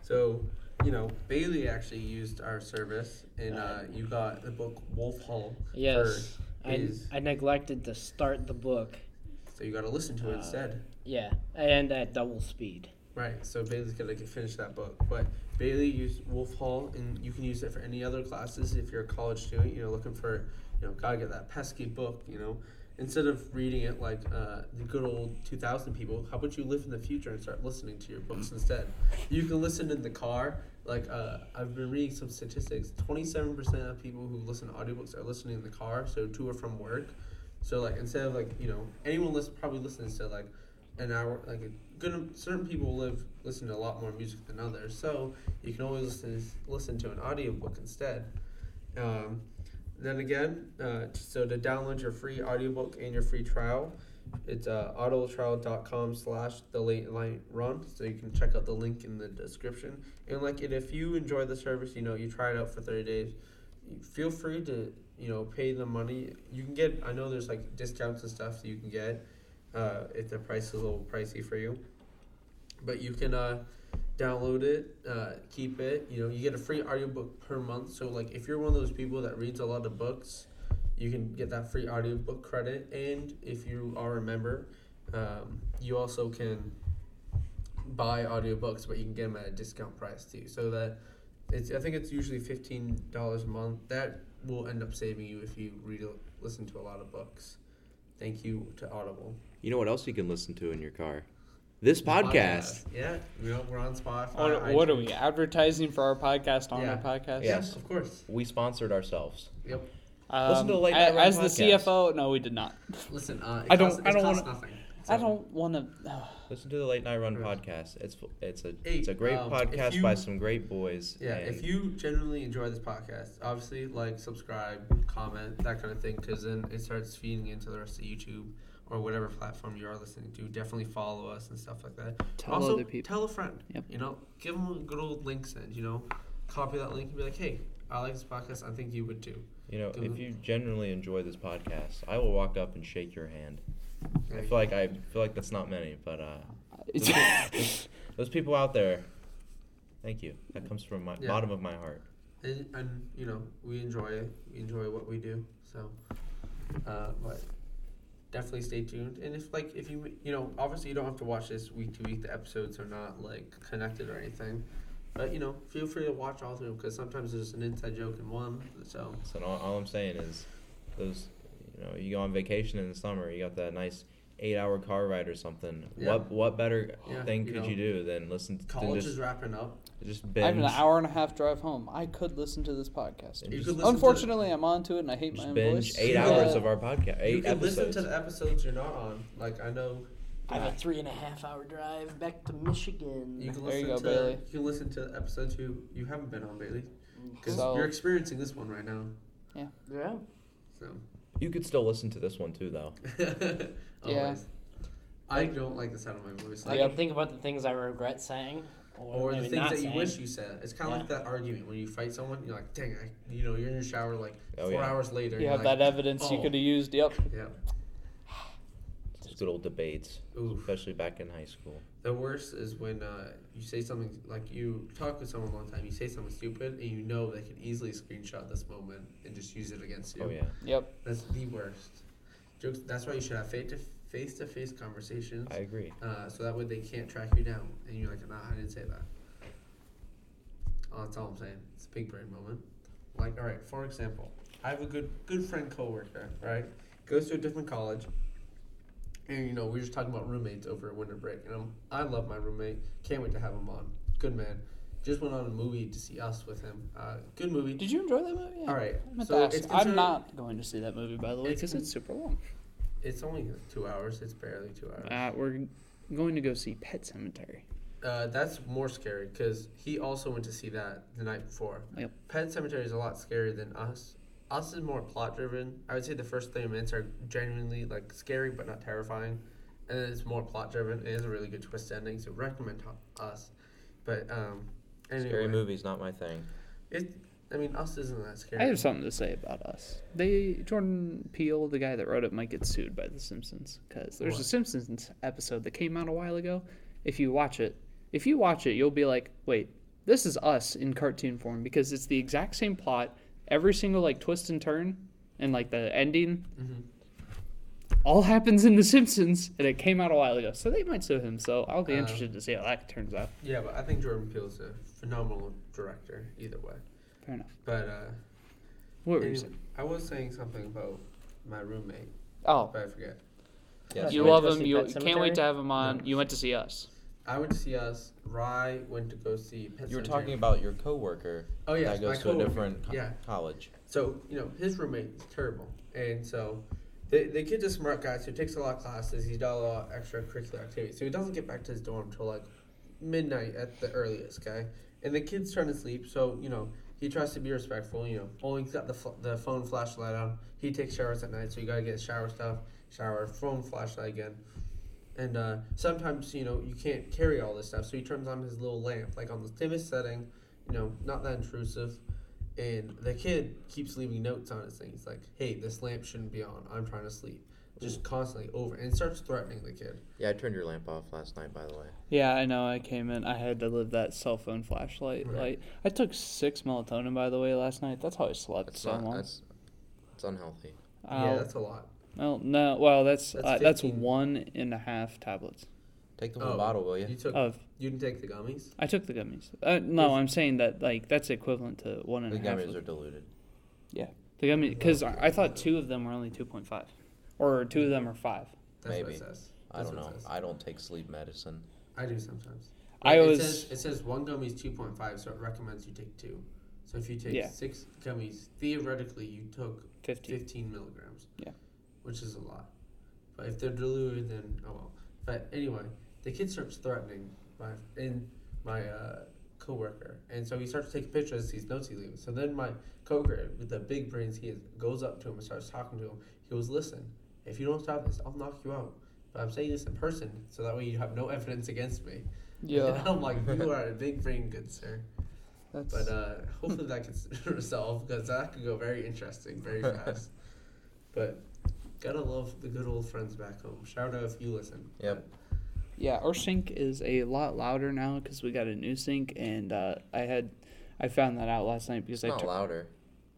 A: so, you know, Bailey actually used our service, and uh, you got the book Wolf Hall.
D: yes,
A: for
D: I,
A: his-
D: I neglected to start the book.
A: so you got to listen to it
D: Uh,
A: instead.
D: Yeah, and at double speed.
A: Right. So Bailey's gonna get finish that book, but Bailey used Wolf Hall, and you can use it for any other classes if you're a college student. You know, looking for, you know, gotta get that pesky book. You know, instead of reading it like uh, the good old 2000 people, how about you live in the future and start listening to your books instead? You can listen in the car. Like uh, I've been reading some statistics. 27% of people who listen to audiobooks are listening in the car. So two are from work. So like instead of like you know anyone listen probably listens to like an hour like a good certain people live listen to a lot more music than others so you can always listen listen to an audiobook instead um, then again uh, so to download your free audiobook and your free trial it's uh, audibletrial.com slash the late night run so you can check out the link in the description and like and if you enjoy the service you know you try it out for 30 days feel free to you know pay the money you can get i know there's like discounts and stuff that you can get uh, if the price is a little pricey for you but you can uh, download it uh, keep it you know you get a free audiobook per month so like if you're one of those people that reads a lot of books you can get that free audiobook credit and if you are a member um, you also can buy audiobooks but you can get them at a discount price too so that it's I think it's usually fifteen dollars a month. That will end up saving you if you read a- listen to a lot of books. Thank you to Audible.
B: You know what else you can listen to in your car? This podcast.
A: Yeah, we are- we're on Spotify.
C: What, what are
A: iTunes.
C: we advertising for our podcast on
A: Yeah.
C: our podcast?
A: Yes, of course.
B: We sponsored ourselves.
A: Yep.
C: Um,
B: Listen to the Late
C: a-
B: Night Run
C: as the
B: podcast.
C: CFO, no, we did
D: <laughs>
C: not.
A: Listen, uh, it
C: I don't-
A: costs,
C: I
A: it
C: don't
A: costs
C: wanna-
A: nothing.
C: I
A: So,
C: don't uh, want to.
B: Listen to the Late Night Run
A: Right.
B: podcast. It's it's a
A: Hey,
B: it's a great
A: um, if
B: podcast by
A: you-
B: some great boys.
A: Yeah,
B: and
A: if you generally enjoy this podcast, obviously like, subscribe, comment, that kind of thing, because then it starts feeding into the rest of YouTube or whatever platform you are listening to. Definitely follow us and stuff like that.
C: Tell
A: also,
C: other people.
A: tell a friend.
C: Yep.
A: You know, give them a good old link send. You know, copy that link and be like, hey, I like this podcast. I think you would too.
B: you know
A: Mhm.
B: if you generally enjoy this podcast, I will walk up and shake your hand. I
A: Like,
B: feel like I feel like that's not many, but uh, <laughs>
C: It's- <laughs>
B: those people out there, thank you. That comes from my
A: Yeah.
B: bottom of my heart.
A: and, and you know, we enjoy it. We enjoy what we do. So, uh, but definitely stay tuned. And if like if you you know, obviously you don't have to watch this week to week. The episodes are not like connected or anything. But you know, feel free to watch all through because sometimes there's an inside joke in one. So
B: So all, all I'm saying is, those, you know, you go on vacation in the summer, you got that nice eight-hour car ride or something.
A: Yeah.
B: What what better
A: Yeah,
B: thing
A: you
B: could
A: know.
B: you do than listen to than
A: college
B: just
A: is wrapping up.
B: just
C: I
B: binge?
C: have an hour and a half drive home. I could listen to this podcast.
B: and
A: You
B: just-
A: could listen to-
C: Unfortunately, I'm onto it and I hate my
B: Just
C: own
B: binge
C: voice.
B: eight
A: Yeah.
B: hours of our podcast. Eight
A: you can
B: episodes.
A: listen to the episodes you're not on. Like I know
D: I have a three and a half hour drive back to Michigan.
A: you can
C: There
A: listen
C: you go,
A: to
C: Bailey.
A: you can listen to episodes you you haven't been on Bailey because
C: So-
A: you're experiencing this one right now.
D: yeah.
A: So
B: you could still listen to this one too, though.
A: <laughs> always. I don't like the sound of my voice.
D: I
A: Like,
D: can think about the things I regret saying, or,
A: Or the
D: maybe
A: things
D: not
A: that you
D: saying.
A: wish you said. It's kind of like that argument when you fight someone. You're like, dang, I, you know, you're in your shower like
B: Oh,
A: four
B: yeah.
A: hours later.
C: You e-"
A: and
C: have
B: Oh.
A: you're
C: that evidence you
A: oh.
C: could have used. Yep.
A: like, Yeah.
B: It's little debates,
A: Oof.
B: especially back in high school.
A: The worst is when uh, you say something like you talk with someone a long time, you say something stupid, and you know they could easily screenshot this moment and just use it against you.
B: Oh yeah,
C: Yep.
A: That's the worst. Jokes. That's why you should have face to face conversations.
B: I agree.
A: uh, so that way they can't track you down, and you're like, nah, I didn't say that. Oh, that's all I'm saying. It's a big brain moment. Like, all right, for example, I have a good good friend coworker, right? Goes to a different college, and you know we were just talking about roommates over winter break, and I'm, I love my roommate. Can't wait to have him on. Good man. Just went on a movie to see Us with him. Uh, good movie.
C: Did you enjoy that movie? Yeah.
A: all right,
C: I meant
A: so
C: to
A: it's
C: ask. I'm
A: considered-
C: not going to see that movie, by the way,
A: It's
C: because
A: con-
C: it's super long.
A: It's only two hours. It's barely two hours.
C: Uh, we're going to go see Pet Cemetery.
A: Uh, that's more scary because he also went to see that the night before.
C: Yep.
A: Pet Cemetery is a lot scarier than Us. Us is more plot driven. I would say the first thirty minutes are genuinely like scary but not terrifying, and then it's more plot driven. It is a really good twist ending, so recommend Ho- Us. But um, anyway,
B: Scary movies not my thing.
A: It. I mean, Us isn't that scary.
C: I have something to say about us. They Jordan Peele, the guy that wrote it, might get sued by The Simpsons because there's a
A: What?
C: Simpsons episode that came out a while ago. If you watch it, if you watch it, you'll be like, wait, this is us in cartoon form because it's the exact same plot, every single like twist and turn, and like the ending.
A: Mm-hmm.
C: All happens in The Simpsons, and it came out a while ago, so they might sue him. So I'll be
A: Uh,
C: interested to see how that turns out.
A: yeah, but I think Jordan Peele's a phenomenal director either way.
C: Fair enough.
A: But uh,
C: What were you
A: anyway,
C: saying?
A: I was saying something about my roommate,
C: Oh,
A: but I forget.
B: Yeah,
C: you
D: went
C: love
D: to
C: him.
D: see
C: You
D: Pet
C: can't wait
D: Sematary?
C: to have him on. You went to see us.
A: I went to see us. Rye went to go see. Pet
B: you were
A: Sematary.
B: talking about your coworker
A: Oh yeah,
B: that
A: my
B: goes to a
A: coworker.
B: different co-
A: Yeah.
B: college.
A: So you know his roommate is terrible, and so the the kid's a smart guy, so he takes a lot of classes. He's done a lot of extracurricular activities, so he doesn't get back to his dorm till like midnight at the earliest. Okay, and the kid's trying to sleep, so you know he tries to be respectful. You know, oh he's got the fl- the phone flashlight on. He takes showers at night, so you gotta get shower stuff, shower, phone flashlight again. And uh, sometimes you know you can't carry all this stuff, so he turns on his little lamp, like on the dimmest setting, you know, not that intrusive. And the kid keeps leaving notes on his thing. He's like, "Hey, this lamp shouldn't be on. I'm trying to sleep." Just constantly over and starts threatening the kid.
B: Yeah, I turned your lamp off last night, by the way.
C: Yeah, I know. I came in. I had to live that cell phone flashlight.
A: Right.
C: Like I took six melatonin by the way last night. That's how I slept
B: That's
C: so
B: not.
C: long.
B: That's it's unhealthy.
A: yeah,
C: I'll-
A: that's a lot.
C: well, no, well that's
A: That's
C: uh, that's
A: 15.
C: one and a half tablets
B: Take the whole
A: Oh,
B: bottle, will you?
A: You took.
C: of.
A: You didn't take the gummies.
C: I took the gummies. Uh, no, I'm saying that like that's equivalent to one and
B: The
C: a half.
B: gummies
C: of-
B: are diluted.
C: The gummy because I, I thought two of them were only two point five, or two of them are five.
A: That's what
B: Maybe.
A: it says.
B: I
A: That's
B: don't
A: what
B: know.
A: it says.
B: I don't take sleep medicine.
A: I do sometimes.
C: I
A: it
C: was-
A: Says, it says one gummy is two point five, so it recommends you take two. So if you take
C: Yeah.
A: six gummies, theoretically you took
C: Fifteen.
A: 15 milligrams.
C: Yeah.
A: Which is a lot. But if they're diluted, then oh well. But anyway, the kid starts threatening my in my uh, coworker, and so he starts taking pictures. These notes he leaves. So then my coworker, with the big brains he is, goes up to him and starts talking to him. He goes, "Listen, if you don't stop this, I'll knock you out." But I'm saying this in person, so that way you have no evidence against me. <laughs> And I'm like, you are a big brain, good sir.
C: that's
A: But uh, hopefully that gets <laughs> resolved because that could go very interesting
B: <laughs>
A: very fast. but gotta love the good old friends back home. Shout out if you listen.
B: Yep.
A: <laughs>
C: Yeah, our sink is a lot louder now because we got a new sink, and uh, I had, I found that out last night
B: It's
C: because I
B: not
C: tur-
B: louder.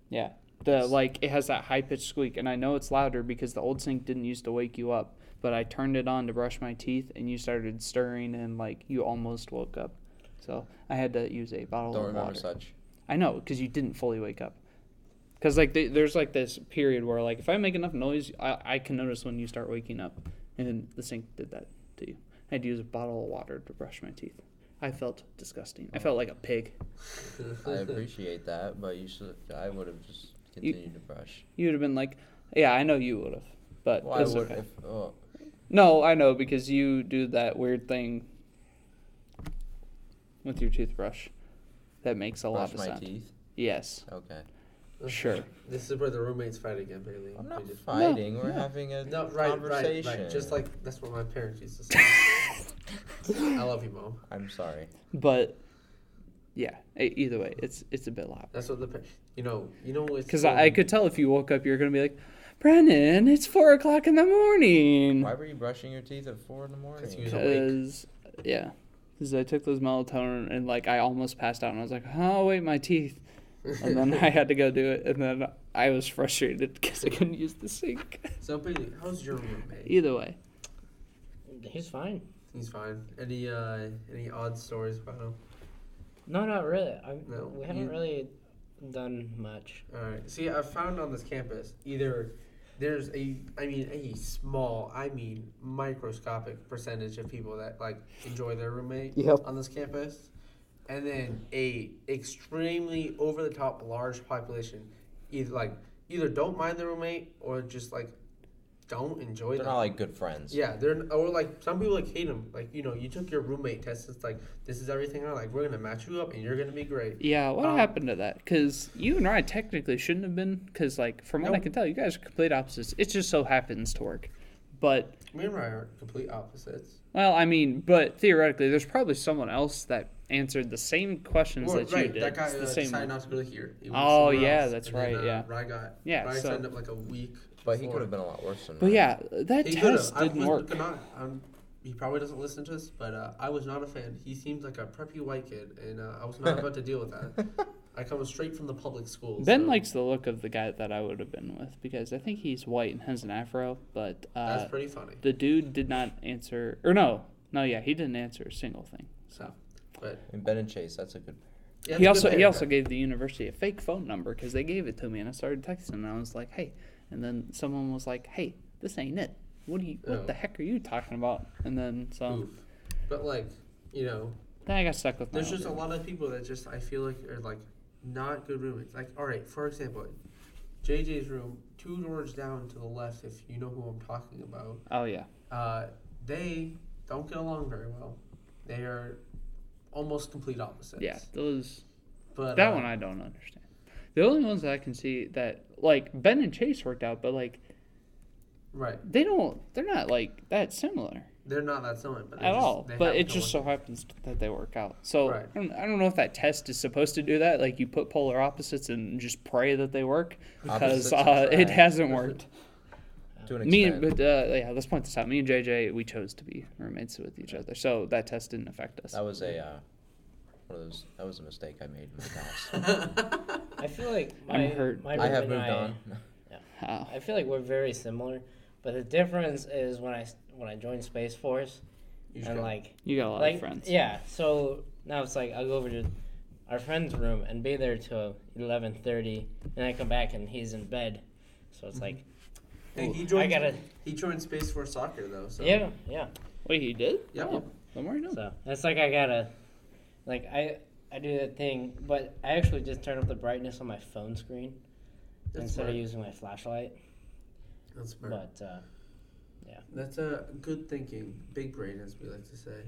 C: yeah the like it has that high pitched squeak, and I know it's louder because the old sink didn't used to wake you up, but I turned it on to brush my teeth, and you started stirring, and like you almost woke up, so I had to use a bottle
B: Don't
C: of
B: remember
C: water.
B: such.
C: I know because you didn't fully wake up. Cause like they, there's like this period where like if I make enough noise, I, I can notice when you start waking up, and the sink did that to you. I had to use a bottle of water to brush my teeth. I felt disgusting. I felt like a pig.
A: <laughs>
B: I appreciate that, but you should. I would have just
C: You-
B: continued to brush.
C: You would have been like, yeah, I know you would have, but
B: Why
C: it's
B: would
C: okay.
B: if? Oh,
C: No, I know because you do that weird thing with your toothbrush. That makes a lot
B: brush
C: of
B: my
C: sound.
B: teeth.
C: Yes,
B: Okay.
C: sure.
A: This is where the roommates fight again, Bailey.
B: I'm
A: We
B: not
A: just-
B: fighting. We're
C: no.
B: having a
A: no, right, right,
B: conversation.
A: right. Just like that's what my parents used
C: <laughs>
A: to say. I love you, mom.
B: I'm sorry.
C: But yeah, e- either way, it's it's a bit loud.
A: That's what the par- you know you know it's <laughs>
C: Because I, I could tell if you woke up, you're gonna be like, Brennan, it's four o'clock in the morning.
B: Why were you brushing your teeth at four in the morning?
A: 'Cause you was awake.
C: Because, yeah. Because I took those melatonin and, like, I almost passed out and I was like, oh, wait, my teeth. And then I had to go do it. And then I was frustrated because I couldn't use the sink.
A: So, Bailey, how's your roommate?
C: Either way.
D: He's fine.
A: He's fine. Any uh, any odd stories about him?
D: No, not really. I,
A: No,
D: we haven't
A: you-
D: really done much.
A: All right. See, I found on this campus either there's a, I mean, a small, I mean, microscopic percentage of people that like enjoy their roommate
C: Yep.
A: on this campus, and then a extremely over the top large population, either like either don't mind their roommate or just like don't enjoy
B: They're
A: them.
B: not like good friends.
A: Yeah, they're or like some people like hate them. Like you know, you took your roommate test. It's like this is everything. I'm like we're gonna match you up, and you're gonna be great.
C: Yeah, what
A: Um,
C: happened to that? Because you and I technically shouldn't have been. Because, like, from what I
A: Nope.
C: can tell, you guys are complete opposites. It just so happens to work. But,
A: Me and Ryan are complete opposites.
C: well, I mean, but theoretically, there's probably someone else that answered the same questions
A: Well,
C: that you
A: right,
C: did.
A: that guy
C: It's the
A: uh,
C: same
A: decided
C: one.
A: not to go to here. He went
C: Oh,
A: somewhere
C: yeah, that's
A: and then,
C: right, yeah.
A: Ryan got
C: Yeah,
A: Ryan
C: so-
A: signed up like a week.
B: But he
A: before.
B: could have been a lot worse than
C: But
B: that.
C: yeah, that
A: He could have.
C: test
A: I
C: didn't
A: was
C: work.
A: not. I'm, he probably doesn't listen to us, but uh, I was not a fan. He seemed like a preppy white kid, and uh, I was not about to deal with
C: <laughs>
A: that. I come straight from the public school.
C: Ben
A: so
C: likes the look of the guy that I would have been with because I think he's white and has an afro, but uh,
A: That's pretty funny.
C: the dude did not answer. Or no, no, yeah, he didn't answer a single thing. So
A: But
B: And Ben and Chase, that's a good pair.
A: yeah, it's
C: he
A: a
C: also
A: good
C: he
A: pair.
C: also gave the university a fake phone number because they gave it to me and I started texting and I was like, hey, and then someone was like, hey, this ain't it. What do you? What
A: Oh.
C: the heck are you talking about? And then so
A: Oof. But like, you know,
C: then I got stuck with. my
A: There's
C: own
A: just a
C: group.
A: lot of people that just I feel like are like not good roommates. Like, all right, for example, JJ's room, two doors down to the left, if you know who I'm talking about,
C: Oh yeah,
A: uh, they don't get along very well. They are almost complete opposites.
C: yeah. Those
A: But
C: That
A: uh,
C: one I don't understand. The only ones that I can see that like Ben and Chase worked out, but like
A: right?
C: they don't, they're not like that similar
A: They're not that similar, but they
C: at
A: just,
C: all.
A: they
C: But
A: happen
C: it
A: to
C: just so
A: work.
C: happens that they work out. So
A: Right.
C: I, don't, I don't know if that test is supposed to do that. Like you put polar opposites and just pray that they work because
B: Opposites
C: uh, it
B: attract.
C: hasn't worked.
B: To an extent.
C: me and but uh, yeah, let's point this out. Me and JJ, we chose to be roommates with each other, so that test didn't affect us.
B: that was a uh, one of those. That was a mistake I made in the <laughs> past.
A: <laughs>
D: I feel like my,
C: I'm hurt.
D: my
B: I have
D: roommate and
B: moved
D: I-
B: on. <laughs>
C: How?
D: I feel like we're very similar, but the difference is when I when I joined Space Force
A: You just
D: and
A: go,
D: like
C: You got a lot
D: like
C: of friends.
D: yeah. So now it's like I'll go over to our friend's room and be there till eleven thirty, and I come back and he's in bed. So it's like
A: Hey,
D: ooh,
A: he joined.
D: I gotta
A: He joined Space Force Soccer though. So Hmm.
D: yeah yeah.
C: Wait, he did?
A: Yeah.
C: Oh, don't worry, no.
D: So it's like I gotta like I I do that thing, but I actually just turn up the brightness on my phone screen
A: that's
D: instead
A: smart.
D: of using my flashlight.
A: That's smart.
D: But uh,
A: That's a good thinking, big brain, as we like to say.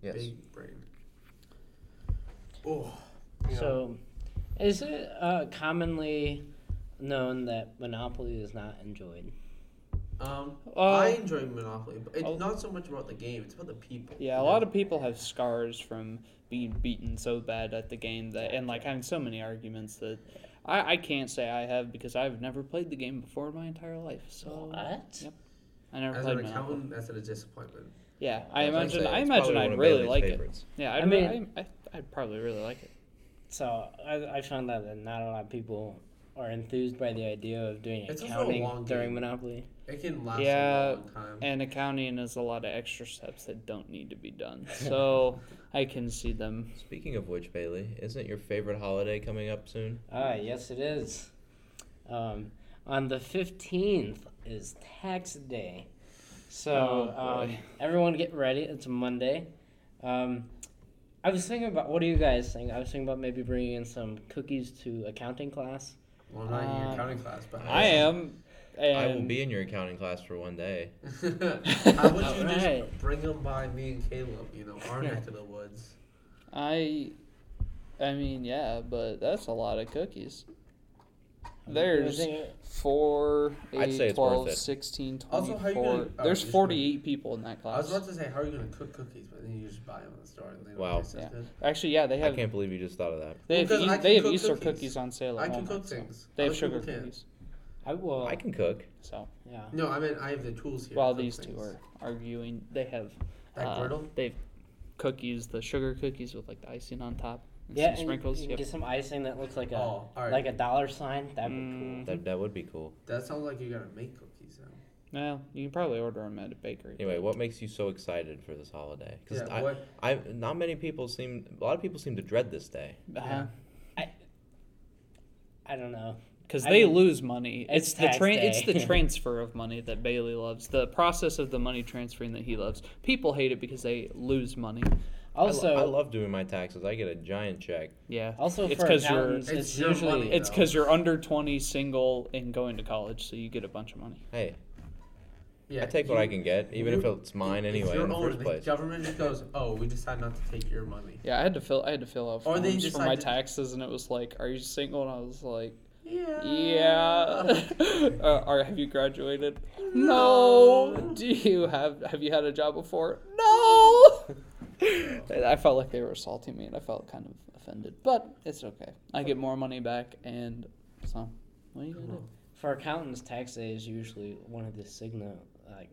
B: Yes.
A: Big brain. Oh.
D: So, is it uh, commonly known that Monopoly is not enjoyed?
A: Um,
C: Uh,
A: I enjoy Monopoly, but it's
C: I'll-
A: not so much about the game; it's about the people.
C: Yeah, a lot of people have scars from being beaten so bad at the game that, and like having so many arguments that I, I can't say I have because I've never played the game before in my entire life. So
D: What?
C: Yep, I never
A: As
C: played
A: an
C: Monopoly.
A: accountant, that's a disappointment.
C: Yeah, I
B: was gonna
C: imagine.
B: say,
C: I
B: it's
C: imagine
B: probably one
C: I'd
B: of
C: really
B: Bailey's
C: like
B: favorites.
C: it. Yeah, I'd,
D: I
C: I
D: mean-
C: I, would probably really like it.
D: So, I, I found out that not a lot of people are enthused by the idea of doing
A: It's also a long
D: accounting during
A: game.
D: Monopoly.
A: It can last a
C: Yeah,
A: long
B: Mm-hmm.
A: time.
C: And accounting is a lot of extra steps that don't need to
B: <laughs>
C: be done. So I can see them.
B: Speaking of which, Bailey, isn't your favorite holiday coming up soon?
D: Ah, yes, it is. Um, on the 15th is tax day. So,
C: Oh,
D: um,
C: boy.
D: everyone get ready. It's a Monday. Um, I was thinking about what do you guys think? I was thinking about maybe bringing in some cookies to accounting class.
A: well, not in
C: um,
A: your accounting class, but
C: I am. And
B: I will be in your accounting class for one day.
A: <laughs> How would you
D: Alright.
A: just bring them by me and Caleb? You know, our neck of the woods.
C: I, I mean, yeah, but that's a lot of cookies.
D: I
C: There's
D: think it-
C: four,
B: I'd say
C: eight,
B: it's worth
C: 12,
B: it.
C: 16,
A: Also, how you gonna-
C: 24.
A: oh,
C: There's
A: just
C: 48 people in that
A: I was
C: class.
A: about to say, how are you going to cook cookies? But then you just buy them in the store. And they don't
B: Wow.
A: taste as
C: Yeah.
A: good.
C: Actually, yeah, they
B: I
C: have
B: can't believe you just thought of that.
C: they have,
A: Because I
C: Eas-
A: can
C: they have
A: cook
C: Easter
A: cookies.
C: cookies on sale. At
A: I can
C: Walmart,
A: cook
C: so
A: things.
C: They have
A: Other people
C: sugar
A: can't.
C: cookies.
D: I will.
B: I can cook.
C: So
D: yeah.
A: No, I mean I have the tools here.
C: while
A: for
C: these two
A: things.
C: are arguing, they have
A: That
C: uh,
A: griddle?
C: they've cookies, the sugar cookies with like the icing on top and
D: Yeah,
C: some
D: and
C: sprinkles.
D: You can
C: Yep.
D: get some icing that looks like a
A: Oh, all right.
D: like a dollar sign. That'd
C: Mm.
D: be
B: That, that would be cool.
A: That sounds like you gotta make cookies though.
C: Well, you can probably order them at a bakery.
B: Anyway, what makes you so excited for this holiday? Because
A: Yeah, what-
B: I, I, not many people seem, a lot of people seem to dread this day.
C: Uh-huh.
D: cool. I don't know.
C: Because
D: I
C: they
D: mean,
C: lose money.
D: it's
C: It's, the
D: tax
C: tra- It's
D: day. <laughs>
C: the transfer of money that Bailey loves. The process of the money transferring that he loves. People hate it because they lose money.
B: I lo-
D: Also,
B: I, love doing my taxes. I get a giant check.
C: Yeah.
D: also
C: it's
D: for
C: you're
D: accountants,
A: It's
D: it's,
A: your
D: usually
A: money.
C: it's because you're under twenty, single, and going to college, so you get a bunch of money.
B: Hey,
A: Yeah,
B: I take what I can get, even
A: you-
B: if it's mine
A: it's
B: anyway
A: your
B: in the
A: own.
B: first place.
A: government just goes, oh, we decide not to take your money.
C: Yeah, I had to fill. I had to fill out
A: Or
C: forms
A: they
C: for my
A: decided-
C: taxes, and it was like, "Are you single?" And I was like,
A: Yeah.
C: "Yeah." <laughs> uh, or have you graduated? No. Do you have Have you had a job before? No. <laughs> And I felt like they were assaulting me, and I felt kind of offended. But it's okay. I get more money back, and so what are you gonna do?
D: for accountants, tax day is usually one of the signa like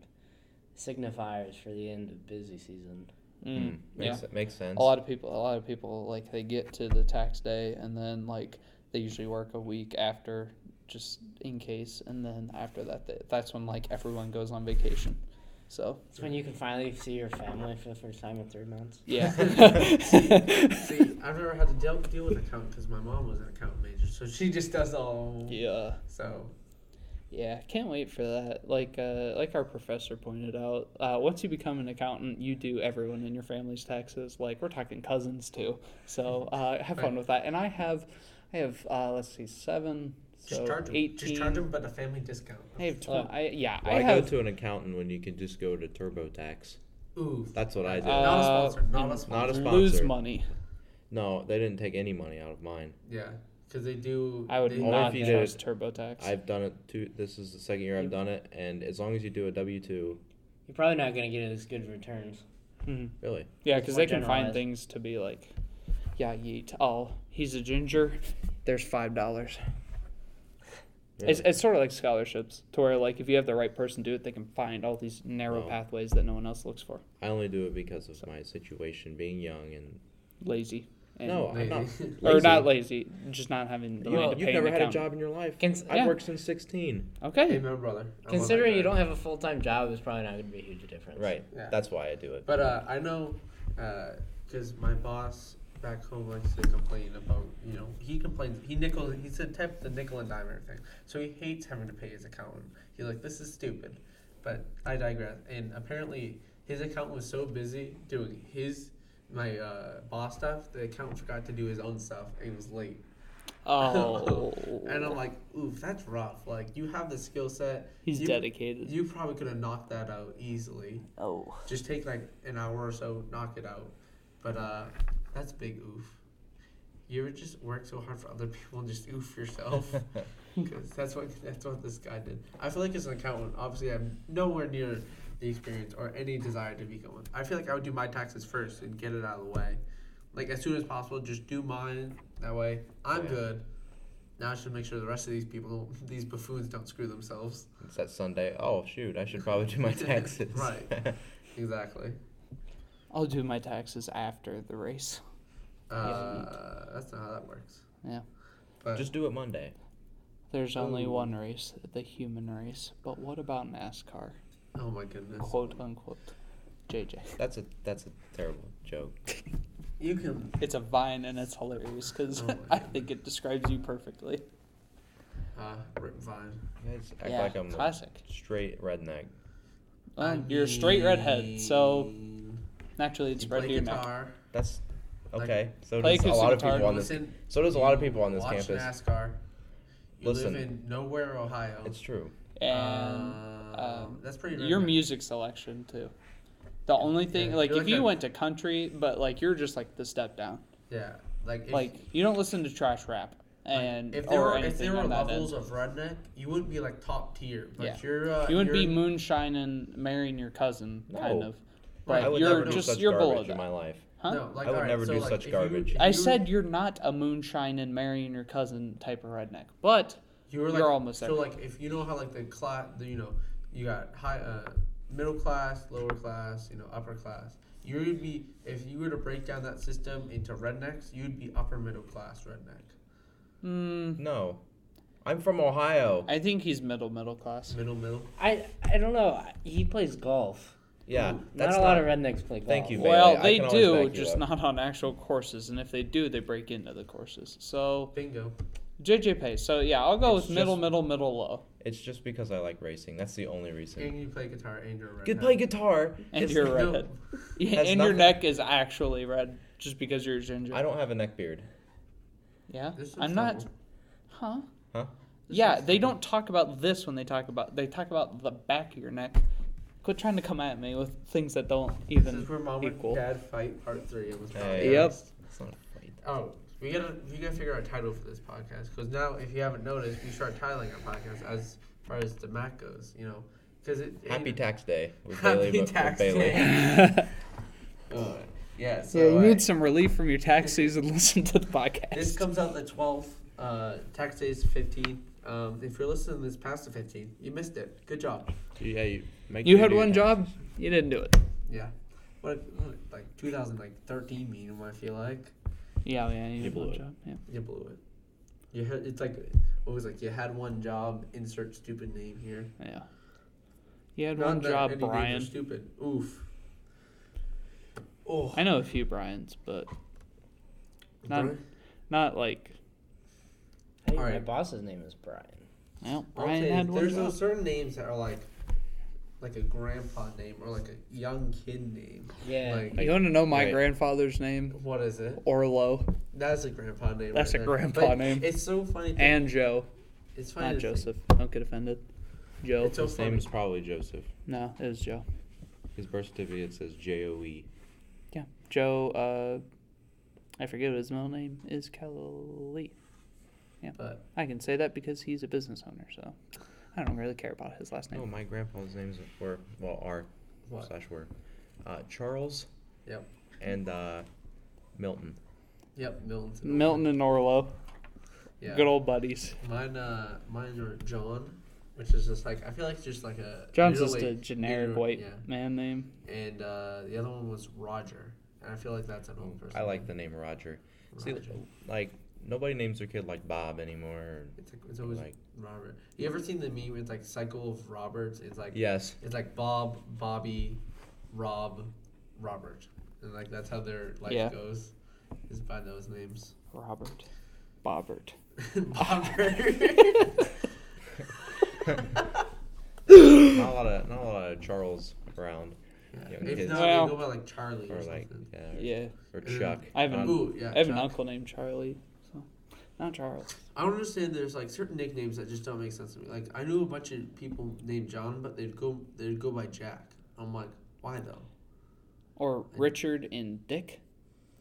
D: signifiers for the end of busy season.
C: Mm,
B: Mm, makes, makes sense.
C: a lot of people a lot of people like they get to the tax day and then like they usually work a week after just in case and then after that th that's when like everyone goes on vacation so
D: It's when you can finally see your family for the first time in three months.
C: yeah
A: <laughs> <laughs> See, I've never had to deal, deal with accounting because my mom was an account major, so she just does all.
C: yeah
A: So
C: yeah can't wait for that like uh like our professor pointed out uh once you become an accountant you do everyone in your family's taxes like we're talking cousins too so uh have fun with that and i have i have uh let's see seven
A: just
C: so
A: charge them.
C: 18
A: Just charge them, but a family discount.
C: I have tw-
D: Oh.
C: I, yeah,
B: Why
C: I have.
B: go to an accountant when you can just go to TurboTax?
A: Ooh.
B: That's what I did.
C: Uh,
A: not a sponsor. Not a
C: and
A: sponsor.
B: a sponsor.
C: lose money.
B: no, they didn't take any money out of mine.
A: yeah, because they do.
C: I would
A: <laughs> they,
C: not
B: if you
C: trust
B: did-
C: TurboTax.
B: I've done it two. This is the second year I've done it, and as long as you do a W two,
D: You're probably not gonna get as good returns.
C: Mhm.
B: really,
C: Yeah,
D: It's
C: because
D: more
C: they can find
D: generalized.
C: things to be like, yeah, yeet. Oh, he's a ginger. There's five dollars. It's,
B: Really?
C: it's sort of like scholarships, to where like if you have the right person do it, they can find all these narrow
B: Oh.
C: pathways that no one else looks for.
B: I only do it because of my situation, being young and
C: Lazy. And,
B: no,
A: <laughs>
B: I'm not.
A: Lazy.
C: or
B: lazy.
C: not lazy, just not having the
B: You,
C: money
B: have
C: to pay an
B: never had a
C: accountant.
B: job in your life.
D: Cons-
B: I've
C: yeah.
B: worked since sixteen.
A: Hey, <laughs>
C: Okay.
A: my brother. I'm
D: Considering
A: on
D: you
A: that
D: don't have a full time job, it's probably not gonna be a huge difference.
B: Right.
A: Yeah.
B: That's why I do it.
A: But uh, I know because my boss back home likes to complain about you know he complains he nickel he's the type the nickel and dime everything so he hates having to pay his accountant he's like this is stupid but I digress and apparently his accountant was so busy doing his my uh, boss stuff the accountant forgot to do his own stuff and was late
C: Oh.
A: and I'm like oof that's rough like you have the skill set
C: He's
A: you-
C: dedicated.
A: you probably could have knocked that out easily
C: oh.
A: just take like an hour or so, knock it out. But uh, that's big oof. You ever just work so hard for other <laughs> people and just oof yourself? Because that's what that's what this guy did. I feel like as an accountant, obviously I'm nowhere near the experience or any desire to become one. I feel like I would do my taxes first and get it out of the way, like as soon as possible. Just do mine that way. I'm
B: Yeah.
A: good. Now I should make sure the rest of these people, don't, <laughs> these buffoons, don't screw themselves.
B: it's that Sunday. Oh shoot! I should probably do my taxes.
A: Right. Exactly.
C: I'll do my taxes after the race.
A: Uh, that's not how that works.
C: Yeah.
A: But
B: <laughs> Just do it Monday.
C: There's only
A: Oh.
C: one race, the human race. But what about NASCAR?
A: oh my goodness,
C: Quote unquote. JJ.
B: That's a that's a terrible joke.
A: you can.
C: It's a vine and it's hilarious because
A: Oh my
C: <laughs> I
A: goodness.
C: think it describes you perfectly.
A: Uh, rip vine.
B: You guys act
C: Yeah,
B: like I'm
C: classic.
B: a straight redneck.
C: Well, Uh, you're a straight redhead, so
A: mean,
C: naturally it's
A: you
C: spread
A: play
C: to your neck.
A: guitar.
B: That's okay. So
C: Play
B: does a lot of
C: acoustic
B: people
C: guitar.
B: on this.
A: listen,
B: So does a lot of
A: you
B: people on this
A: watch
B: campus.
A: NASCAR. You
B: Listen.
A: live in nowhere, Ohio.
B: It's true.
C: And
A: um,
C: um,
A: that's pretty.
C: your
A: redneck.
C: music selection, too. The only thing,
A: Yeah,
C: like,
A: you're
C: if
A: like
C: you
A: a-
C: went to country, but, like, you're just, like, the step down.
A: Yeah, like if,
C: Like, you don't listen to trash rap
A: like,
C: and,
A: if there
C: or
A: were
C: anything
A: if there were
C: on that
A: levels
C: end.
A: of redneck, you wouldn't be like top tier, but
C: Yeah.
A: you're uh,
C: You wouldn't be
A: you're-
C: moonshinin' marrying your cousin, kind
B: No.
C: of.
A: Right,
B: I
C: But
B: would
C: you're
B: never do
C: just
B: such
C: you're below
B: garbage in
C: that.
B: my life.
C: Huh?
A: No, like,
B: I would
A: alright,
B: never
A: so,
B: do
A: like,
B: such
A: if you-
B: garbage.
A: if
C: I
A: you-
C: said you're not a moonshine and marrying your cousin type of redneck, but
A: You were
C: You're
A: like
C: almost
A: so
C: there.
A: like if you know how like the class, the, you know, you got high, uh, middle class, lower class, you know, upper class. You would be if you were to break down that system into rednecks, you'd be upper middle class redneck,
C: Mm,
B: No, I'm from Ohio.
C: I think he's middle middle class.
A: middle middle.
D: I I don't know. He plays golf.
B: Yeah,
D: Not
B: that's
D: a lot of rednecks play golf.
B: Thank you, Bailey.
C: Well,
B: I
C: they
B: can always back
C: do,
B: you
C: just
B: up.
C: not on actual courses. And if they do, they break into the courses. So
A: Bingo.
C: JJ Pace. So yeah, I'll go
B: It's
C: with middle,
B: just-
C: middle, middle, low.
B: It's just because I like racing. That's the only reason.
A: And you play guitar and you're a redneck.
B: Good play guitar.
C: And
B: is-
C: you're
A: no.
C: redhead. Yeah,
B: Has
C: <laughs> and your
B: nothing-
C: neck is actually red just because you're ginger.
B: I don't have a neck beard.
C: yeah,
A: This is
C: I'm not.
A: trouble.
C: Huh?
B: Huh?
C: Yeah, they don't talk about this when they talk about. They talk about the back of your neck. Quit trying to come at me with things that don't
A: This
C: even
A: is where mom
C: equal.
A: and dad fight part three of this
B: Hey,
A: podcast.
C: Yep.
B: uh, It's not a fight.
A: Oh, we gotta we gotta figure out a title for this podcast because now, if you haven't noticed, we start titling our podcast as far as the Mac goes. You know, because it
B: Happy
A: it,
B: tax day. With
A: happy
B: Bailey, but- with
A: tax
B: Bailey. <laughs>
A: day.
C: <laughs> yeah,
A: Uh, yeah. So
C: you
A: uh,
C: need some relief from your tax season. <laughs> Listen to the podcast.
A: This comes out the 12th. Uh, tax day is 15. Um, if you're listening to this past the 15, you missed it. Good job.
B: Yeah, you make
C: you
B: sure
C: had
B: do
C: one
B: that.
C: job, you didn't do it.
A: Yeah. What what, like 2013 medium? I feel like
C: Yeah, yeah, you,
B: You
C: did
B: blew
C: one
B: it.
C: job. Yeah.
A: you blew it. You had, it's like what was it, like you had one job. Insert stupid name here.
C: Yeah. You had
A: Not
C: one
A: that
C: job,
A: any names are
C: Brian.
A: Stupid. Oof. Oh.
C: I know a few Brians, but not-
A: Brian?
C: not like
D: I think
A: All
D: My
A: right.
D: boss's name is Brian.
C: well,
A: I'll
C: Brian
A: say
C: had one
A: there's
C: job.
A: those certain names that are like like a grandpa name or like a young kid name.
D: Yeah.
A: Like
C: You want to know my
B: Right.
C: grandfather's name?
A: what is it?
C: Orlo
A: That's a grandpa name.
C: That's
A: right
C: a
A: there.
C: grandpa
A: But
C: name.
A: It's so funny. To,
C: and Joe,
A: it's funny
C: not
A: to think.
C: Joseph. Don't get offended. Joe.
A: It's so
B: His name
A: funny.
B: is probably Joseph.
C: No, it was Joe.
B: His birth certificate says J O E.
C: Yeah, Joe. Uh, I forget what his middle name is. Kelly.
A: But
C: I can say that because he's a business owner, so I don't really care about his last name.
B: No, Oh,
A: Oh,
B: my grandpa's names were well are
A: What?
B: slash were uh, Charles.
A: Yep.
B: And uh, Milton.
A: yep, Milton's another
C: Milton
A: one.
C: and Orlo,
A: Yeah.
C: good old buddies.
A: Mine. Uh, mine are John, which is just like I feel like it's just like a
C: John's just a
A: middle-aged-
C: generic
A: middle-
C: white
A: Yeah.
C: man name.
A: And uh, the other one was Roger, and I feel like that's an old person.
B: I like the
A: name.
B: name Roger. See,
A: Roger.
B: like nobody names their kid like Bob anymore.
C: <coughs>
B: or-
A: It's, like, it's always
B: like-
A: Robert. You ever seen the meme with like cycle of Roberts? It's like
B: Yes.
A: It's like Bob, Bobby, Rob, Robert, and like that's how their life
C: Yeah.
A: goes, is by those names. <laughs>
C: Robert, Bobbert.
A: <laughs> Bobber.
B: not a lot of not a lot of Charles around. Young
A: if
B: kids.
A: not,
C: Well-
A: we go by like Charlie or,
B: or like
A: something.
B: yeah, or-
C: Yeah,
B: or
A: Mm.
B: Chuck.
C: I have an
B: Um,
A: Ooh, yeah.
C: I have an
A: Chuck.
C: uncle named Charlie, so not Charles.
A: I don't understand. There's like certain nicknames that just don't make sense to me. Like I knew a bunch of people named John, but they'd go they'd go by Jack. I'm like, why though?
C: or Richard and Dick.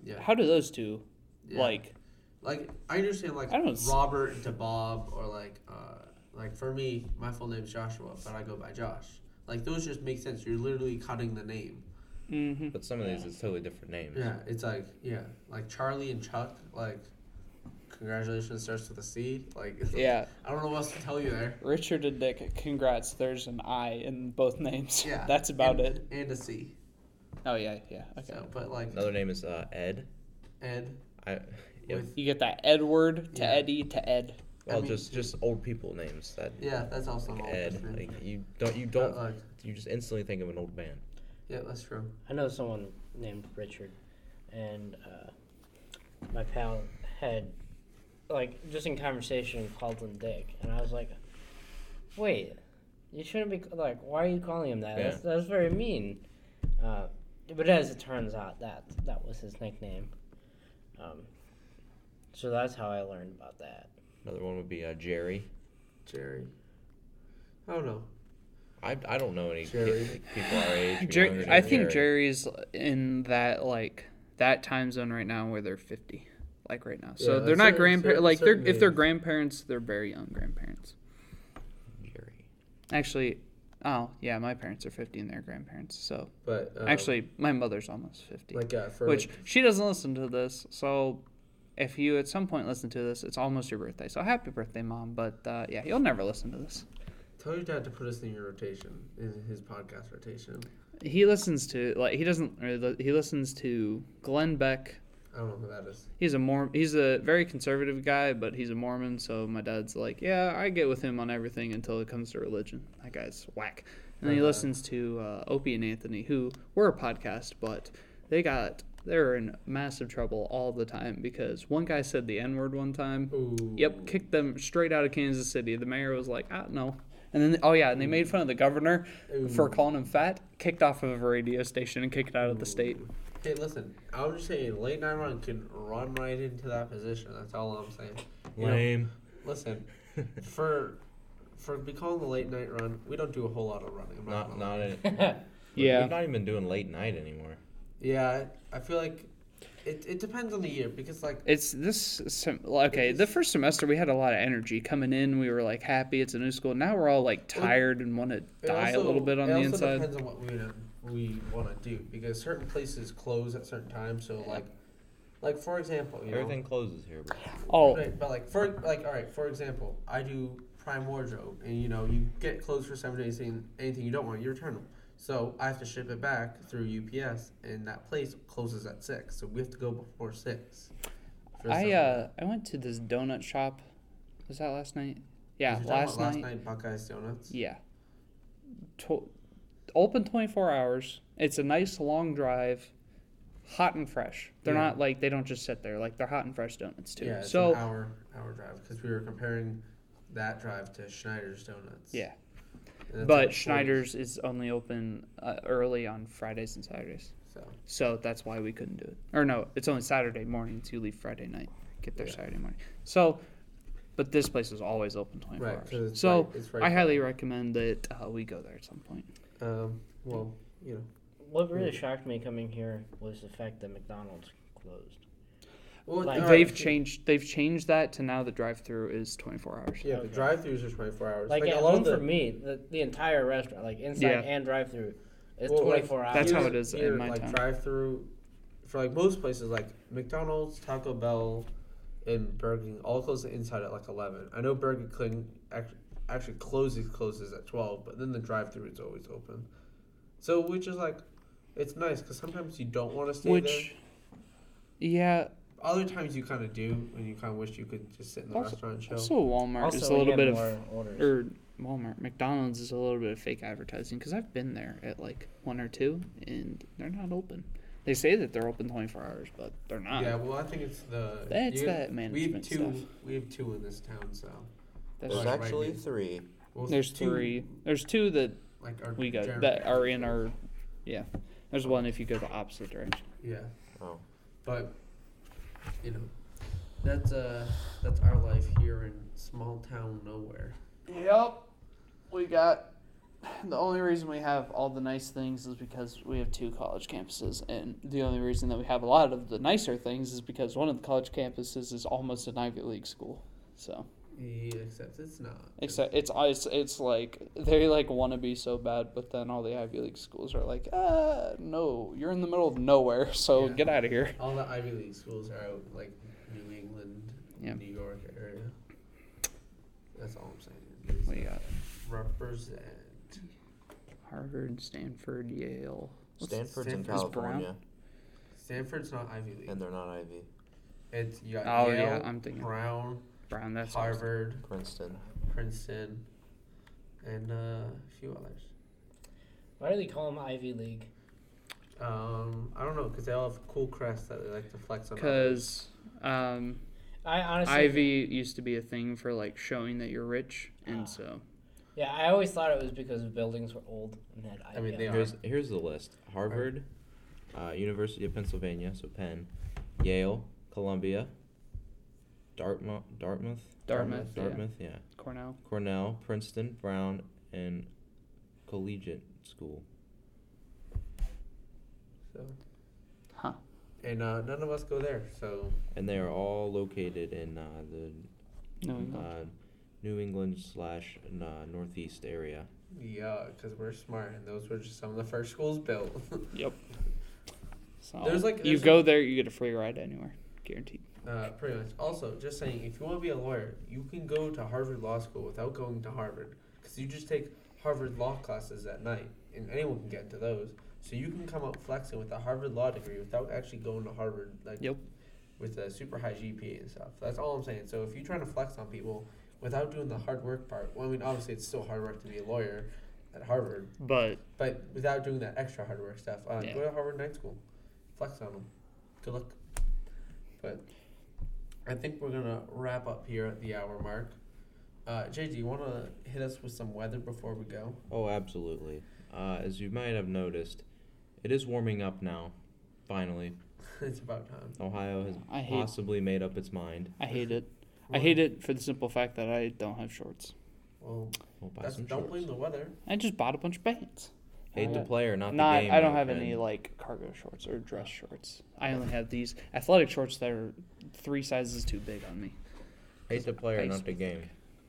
A: Yeah.
C: How do those two
A: Yeah.
C: like?
A: Like I understand like
C: I don't s-
A: Robert to Bob or like uh like for me my full name's Joshua but I go by Josh. Like those just make sense. You're literally cutting the name.
C: hmm
B: But some of these is totally different names.
A: Yeah, it's like yeah, like Charlie and Chuck. Like congratulations starts with a C. Like it's like-
C: Yeah,
A: I don't know what else to tell you there.
C: Richard and Dick. Congrats. There's an I in both names.
A: Yeah,
C: <laughs> that's about
A: and,
C: it.
A: And a C.
C: Oh yeah, yeah. Okay.
A: So, but like
B: Another name is uh, Ed.
A: Ed
B: I yeah,
A: with
C: You get that Edward to
A: Yeah.
C: Eddie to Ed.
B: well
A: I mean,
B: just just old people names that
A: yeah, that's also an old
B: Ed.
A: person.
B: Like you don't you
A: But,
B: don't
A: like,
B: you just instantly think of an old man.
A: yeah, that's true.
D: I know someone named Richard, and uh, my pal had, like, just in conversation, called him Dick, and I was like, "Wait, you shouldn't be like. Why are you calling him that?
B: Yeah.
D: That's, that's very mean." Uh, but as it turns out, that that was his nickname. Um, so that's how I learned about that.
B: Another one would be uh, Jerry.
A: Jerry. I don't know.
B: I, I don't know any
A: Jerry.
B: kid, like, people our age. or younger
C: Jer-
B: than
C: I think
B: Jerry.
C: Jerry's in that like that time zone right now where they're fifty, like right now. So
A: Yeah,
C: they're
A: that's
C: not
A: cer-
C: grandparents.
A: cer-
C: Like they're
A: certain
C: if they're
A: age.
C: grandparents, they're very young grandparents.
B: Jerry.
C: Actually, oh yeah, my parents are fifty and they're grandparents. So
A: But um,
C: actually, my mother's almost fifty.
A: like uh, for
C: which
A: like,
C: she doesn't listen to this, so if you at some point listen to this, it's almost your birthday. So happy birthday, mom. But uh, yeah, you'll never listen to this.
A: Tell your dad to put us in your rotation, in his podcast rotation.
C: He listens to like he doesn't. Really, li- he listens to Glenn Beck.
A: I don't know who that is.
C: He's a Mormon. He's a very conservative guy, but he's a Mormon. So my dad's like, yeah, I get with him on everything until it comes to religion. That guy's whack. And then he
A: Uh-huh.
C: listens to uh, Opie and Anthony, who were a podcast, but they got they're in massive trouble all the time because one guy said the N word one time.
A: Ooh.
C: Yep, kicked them straight out of Kansas City. The mayor was like, I don't know. And then, oh yeah, and they made fun of the governor for calling him fat, kicked off of a radio station and kicked out of the state.
A: Hey, listen. I'm just saying, late night run can run right into that position. That's all I'm saying. You know,
B: Lame.
C: <laughs>
A: listen, for for be calling the late night run, we don't do a whole lot of running. I'm
B: Not
A: gonna
B: not
A: lie.
B: it.
C: <laughs> Yeah.
B: We've not even doing late night anymore.
A: Yeah, I I feel like it, it depends on the year because like
C: It's this sem- well, okay. The first semester we had a lot of energy coming in. We were like happy. It's a new school. Now we're all like tired and want to
A: it
C: die a little bit on
A: it
C: the
A: also
C: inside.
A: Depends on what we wanna- we want to do because certain places close at certain times. So like like for example, you know-
B: Everything closes here. Bro.
C: Oh,
A: Right, but like for like all right, for example, I do prime wardrobe, and you know you get clothes for seven days, and anything you don't want, you return them. So I have to ship it back through UPS, and that place closes at six, so we have to go before six. for
C: I
A: something.
C: uh, I went to this donut shop. Was that last night? Yeah,
A: You're talking about
C: last,
A: last
C: night.
A: night, Buckeyes donuts.
C: Yeah. To- open 24 hours. It's a nice long drive. Hot and fresh. They're
A: Yeah.
C: not like they don't just sit there. Like they're hot and fresh donuts too.
A: Yeah, it's
C: so
A: an hour hour drive because we were comparing that drive to Schneider's donuts.
C: yeah,
A: and that's like
C: but
A: 40,
C: Schneider's is only open uh, early on Fridays and Saturdays.
A: So
C: So that's why we couldn't do it. Or no, it's only Saturday mornings. You leave Friday night, get there
A: Yeah.
C: Saturday morning. So, but this place is always open 24
A: Right, 'cause
C: hours.
A: it's
C: So
A: right- it's right
C: I highly recommend that uh, we go there at some point.
A: um, well, you know,
D: What really shocked me coming here was the fact that McDonald's closed.
A: well,
D: Like-
A: all
C: They've
A: right,
C: changed. They've changed that to now the drive-through is 24 hours.
A: Yeah, the
D: Okay.
A: drive-throughs are twenty-four hours.
D: Like,
A: a
D: at
A: lot
D: home
A: of the
D: for me, the, the entire restaurant, like inside
C: Yeah.
D: and drive through, is
A: Well, like,
D: 24 hours.
C: That's how
A: here-
C: it is in
A: here,
C: my
A: like,
C: town.
A: Drive through for like most places, like McDonald's, Taco Bell, and Burger King all close inside at like eleven. I know Burger King actually, actually closes closes at twelve, but then the drive through is always open. So which is like, it's nice because sometimes you don't want to stay there.
C: Which, yeah,
A: Other times you kind of do, and you kind of wish you could just sit in the
C: Also-
A: restaurant and chill.
C: also Walmart
D: also,
C: is a
D: we
C: little
D: had
C: bit of, er,
D: more orders.
C: or Walmart, McDonald's is a little bit of fake advertising because I've been there at like one or two and they're not open. They say that they're open 24 hours, but they're not.
A: yeah, well, I think it's the
C: uh, That's that
A: We
C: management
A: have two.
C: stuff.
A: We have two in this town, so
C: That's
A: There's
C: right.
A: Right, actually right.
B: three.
A: well,
C: There's
A: two,
C: three. There's two that
A: Like our
C: we go
A: general-
C: that are in our. Yeah. There's one if you go the opposite direction.
A: Yeah.
B: Oh.
A: But you know, that's uh that's our life here in small town nowhere.
C: Yep. We got. The only reason we have all the nice things is because we have two college campuses, and the only reason that we have a lot of the nicer things is because one of the college campuses is almost an Ivy League school. So,
A: Yeah, except it's not.
C: except it's it's, it's like they like want to be so bad, but then all the Ivy League schools are like, ah, no, you're in the middle of nowhere, so
A: Yeah.
C: get out of here.
A: all the Ivy League schools are out like New England,
C: Yeah.
A: New York area. That's all I'm saying. is
C: What do you got?
A: Represent.
C: Harvard, Stanford, Yale. What's-
A: Stanford's in
C: Stanford's brown? California,
A: Stanford's not Ivy League.
B: they're not Ivy.
A: it's you got
C: Oh,
A: Yale,
C: yeah, I'm thinking-
A: Brown,
C: Brown, that's what I was-
A: Harvard,
B: Princeton.
A: Princeton, and uh, a few others.
D: Why do they call them Ivy League?
A: Um, I don't know because they all have cool crests that they like to flex on. others.
C: Because um,
D: I honestly.
C: Ivy used to be a thing for like showing that you're rich, and
D: Ah.
C: so
D: Yeah, I always thought it was because buildings were old and had Ivy.
A: I mean, they
D: on
A: are.
B: Here's here's the list: Harvard, uh, University of Pennsylvania, so Penn, Yale, Columbia, Dartmouth, Dartmouth,
C: Dartmouth, yeah.
B: Dartmouth, yeah.
C: Cornell.
B: Cornell, Princeton, Brown, and Collegiate School.
A: So.
C: Huh.
A: And uh, none of us go there, so
B: And they are all located in uh, the
C: No, we don't.
B: uh, New England slash uh, Northeast area.
A: yeah, because we're smart, and those were just some of the first schools built. <laughs>
C: Yep. So
A: There's, like-
C: you
A: there's,
C: go there, you get a free ride anywhere, guaranteed.
A: Uh, pretty much. Also, just saying, if you want to be a lawyer, you can go to Harvard Law School without going to Harvard, because you just take Harvard law classes at night, and anyone can get into those. So you can come out flexing with a Harvard law degree without actually going to Harvard, like
C: Yep.
A: with a super high GPA and stuff. That's all I'm saying. So if you're trying to flex on people without doing the hard work part, well, I mean, obviously it's still hard work to be a lawyer at Harvard,
C: But
A: but without doing that extra hard work stuff, uh,
C: Yeah.
A: go to Harvard Night School. Flex on them. Good luck. But I think we're going to wrap up here at the hour mark. Uh, JD, you want to hit us with some weather before we go? <laughs>
B: Oh, absolutely. Uh, as you might have noticed, it is warming up now. Finally,
A: it's about time.
B: Ohio has
C: I hate-
B: possibly made up its mind.
C: I hate it. I hate it for the simple fact that I don't have shorts.
A: Well,
B: We'll buy
A: that's,
B: some
A: don't
B: shorts.
A: blame the weather.
C: I just bought a bunch of pants.
B: Hate
C: Oh.
B: the player, not,
C: Not
B: the game.
C: I don't
B: my
C: have
B: friend.
C: any like cargo shorts or dress shorts. I only have these athletic shorts that are three sizes too big on me.
B: Hate the player,
C: ice.
B: not the game.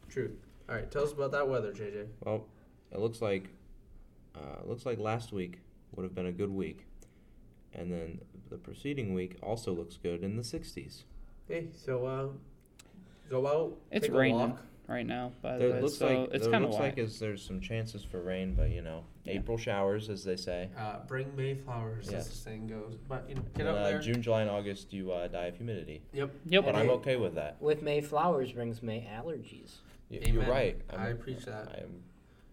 A: Truth. All right, tell us about that weather, JJ.
B: Well, it looks like uh, it looks like last week would have been a good week, and then the preceding week also looks good in the 60s.
A: Hey, so uh, go out.
C: It's
A: take a
C: raining
A: walk.
C: right now, by the
B: There
C: way.
B: looks
C: Uh, so
B: like
C: it's
B: there
C: kind of
B: looks
C: whack.
B: like is there's some chances for rain, but you know,
C: Yeah.
B: April showers, as they say.
A: Uh, bring Mayflowers, as
B: Yes.
A: the saying goes. But you know, get
B: And,
A: out
B: uh,
A: there.
B: June, July, and August, you uh, die of humidity.
A: Yep.
C: Yep.
B: But I'm
D: Hey.
B: okay with that.
D: With May flowers brings May allergies.
B: Y-
A: Amen.
B: You're right.
A: I preach that.
B: I'm,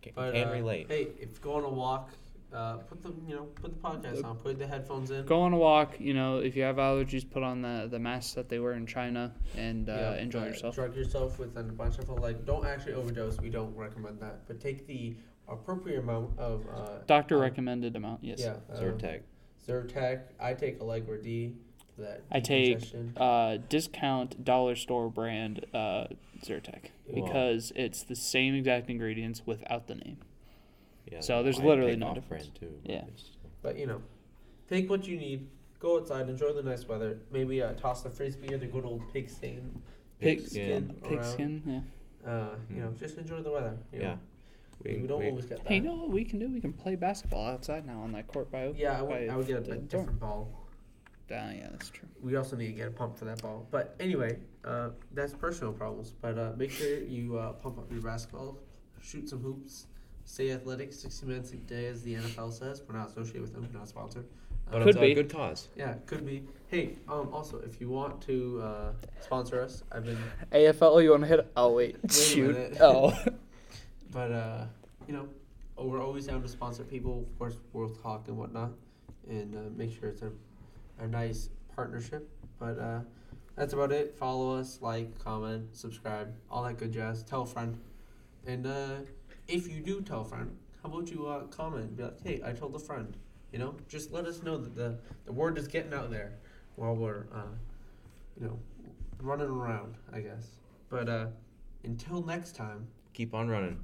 B: can,
A: But,
B: can
A: uh,
B: relate.
A: Hey, if you go on a walk, uh, put the you know put the podcast on, put the headphones in.
C: Go on a walk. You know, if you have allergies, put on the the masks that they wear in China and uh,
A: Yeah,
C: enjoy
A: uh,
C: yourself.
A: Drug yourself with a bunch of like. Don't actually overdose. We don't recommend that. But take the appropriate amount of. Uh,
C: Doctor
A: um,
C: recommended amount. Yes.
A: Yeah. Uh,
B: Zyrtec.
A: Zyrtec. I take Allegra D. for That
C: I take
A: decongestion.
C: uh, discount dollar store brand uh, Zyrtec
A: Wow.
C: because it's the same exact ingredients without the name.
B: Yeah,
C: so there's
B: I
C: literally
B: take
C: no
B: off
C: difference.
B: brand too.
C: Yeah.
B: It's-
A: But you know, take what you need. Go outside, enjoy the nice weather. Maybe uh, toss the frisbee or the good old pig stain.
C: Pig
B: Pigskin.
A: skin
C: Pig
A: around.
C: skin. Yeah.
A: Uh, you know, just enjoy the weather. you know.
B: Hmm. Yeah.
A: We, don't always get that.
C: Hey, you know what we can do? We can play basketball outside now on that court by.
A: Yeah, I
C: by
A: would, I would get a
C: the
A: bit
C: dorm.
A: different ball.
C: Ah, yeah, that's true.
A: We also need to get a pump for that ball. But anyway, uh, that's personal problems. But uh, make sure you uh, pump up your basketball, shoot some hoops, stay athletic 60 minutes a day, as the NFL says. We're not associated with them, we're not sponsored.
B: But
C: Could
B: it's
C: be.
B: a good cause.
A: Yeah, could be. Hey, um, also, if you want to uh, sponsor us, I've been.
C: AFL, you want to hit? Oh wait,
A: a Shoot. minute.
C: <laughs> Oh,
A: But uh, you know, oh, we're always down to sponsor people, of course, World Talk and whatnot, and uh, make sure it's a, a nice partnership. But uh, that's about it. Follow us, like, comment, subscribe, all that good jazz. Tell a friend, and uh, if you do tell a friend, how about you uh, comment and be like, hey, I told a friend. You know, just let us know that the the word is getting out there while we're uh, you know running around, I guess. But uh, until next time.
B: Keep on running.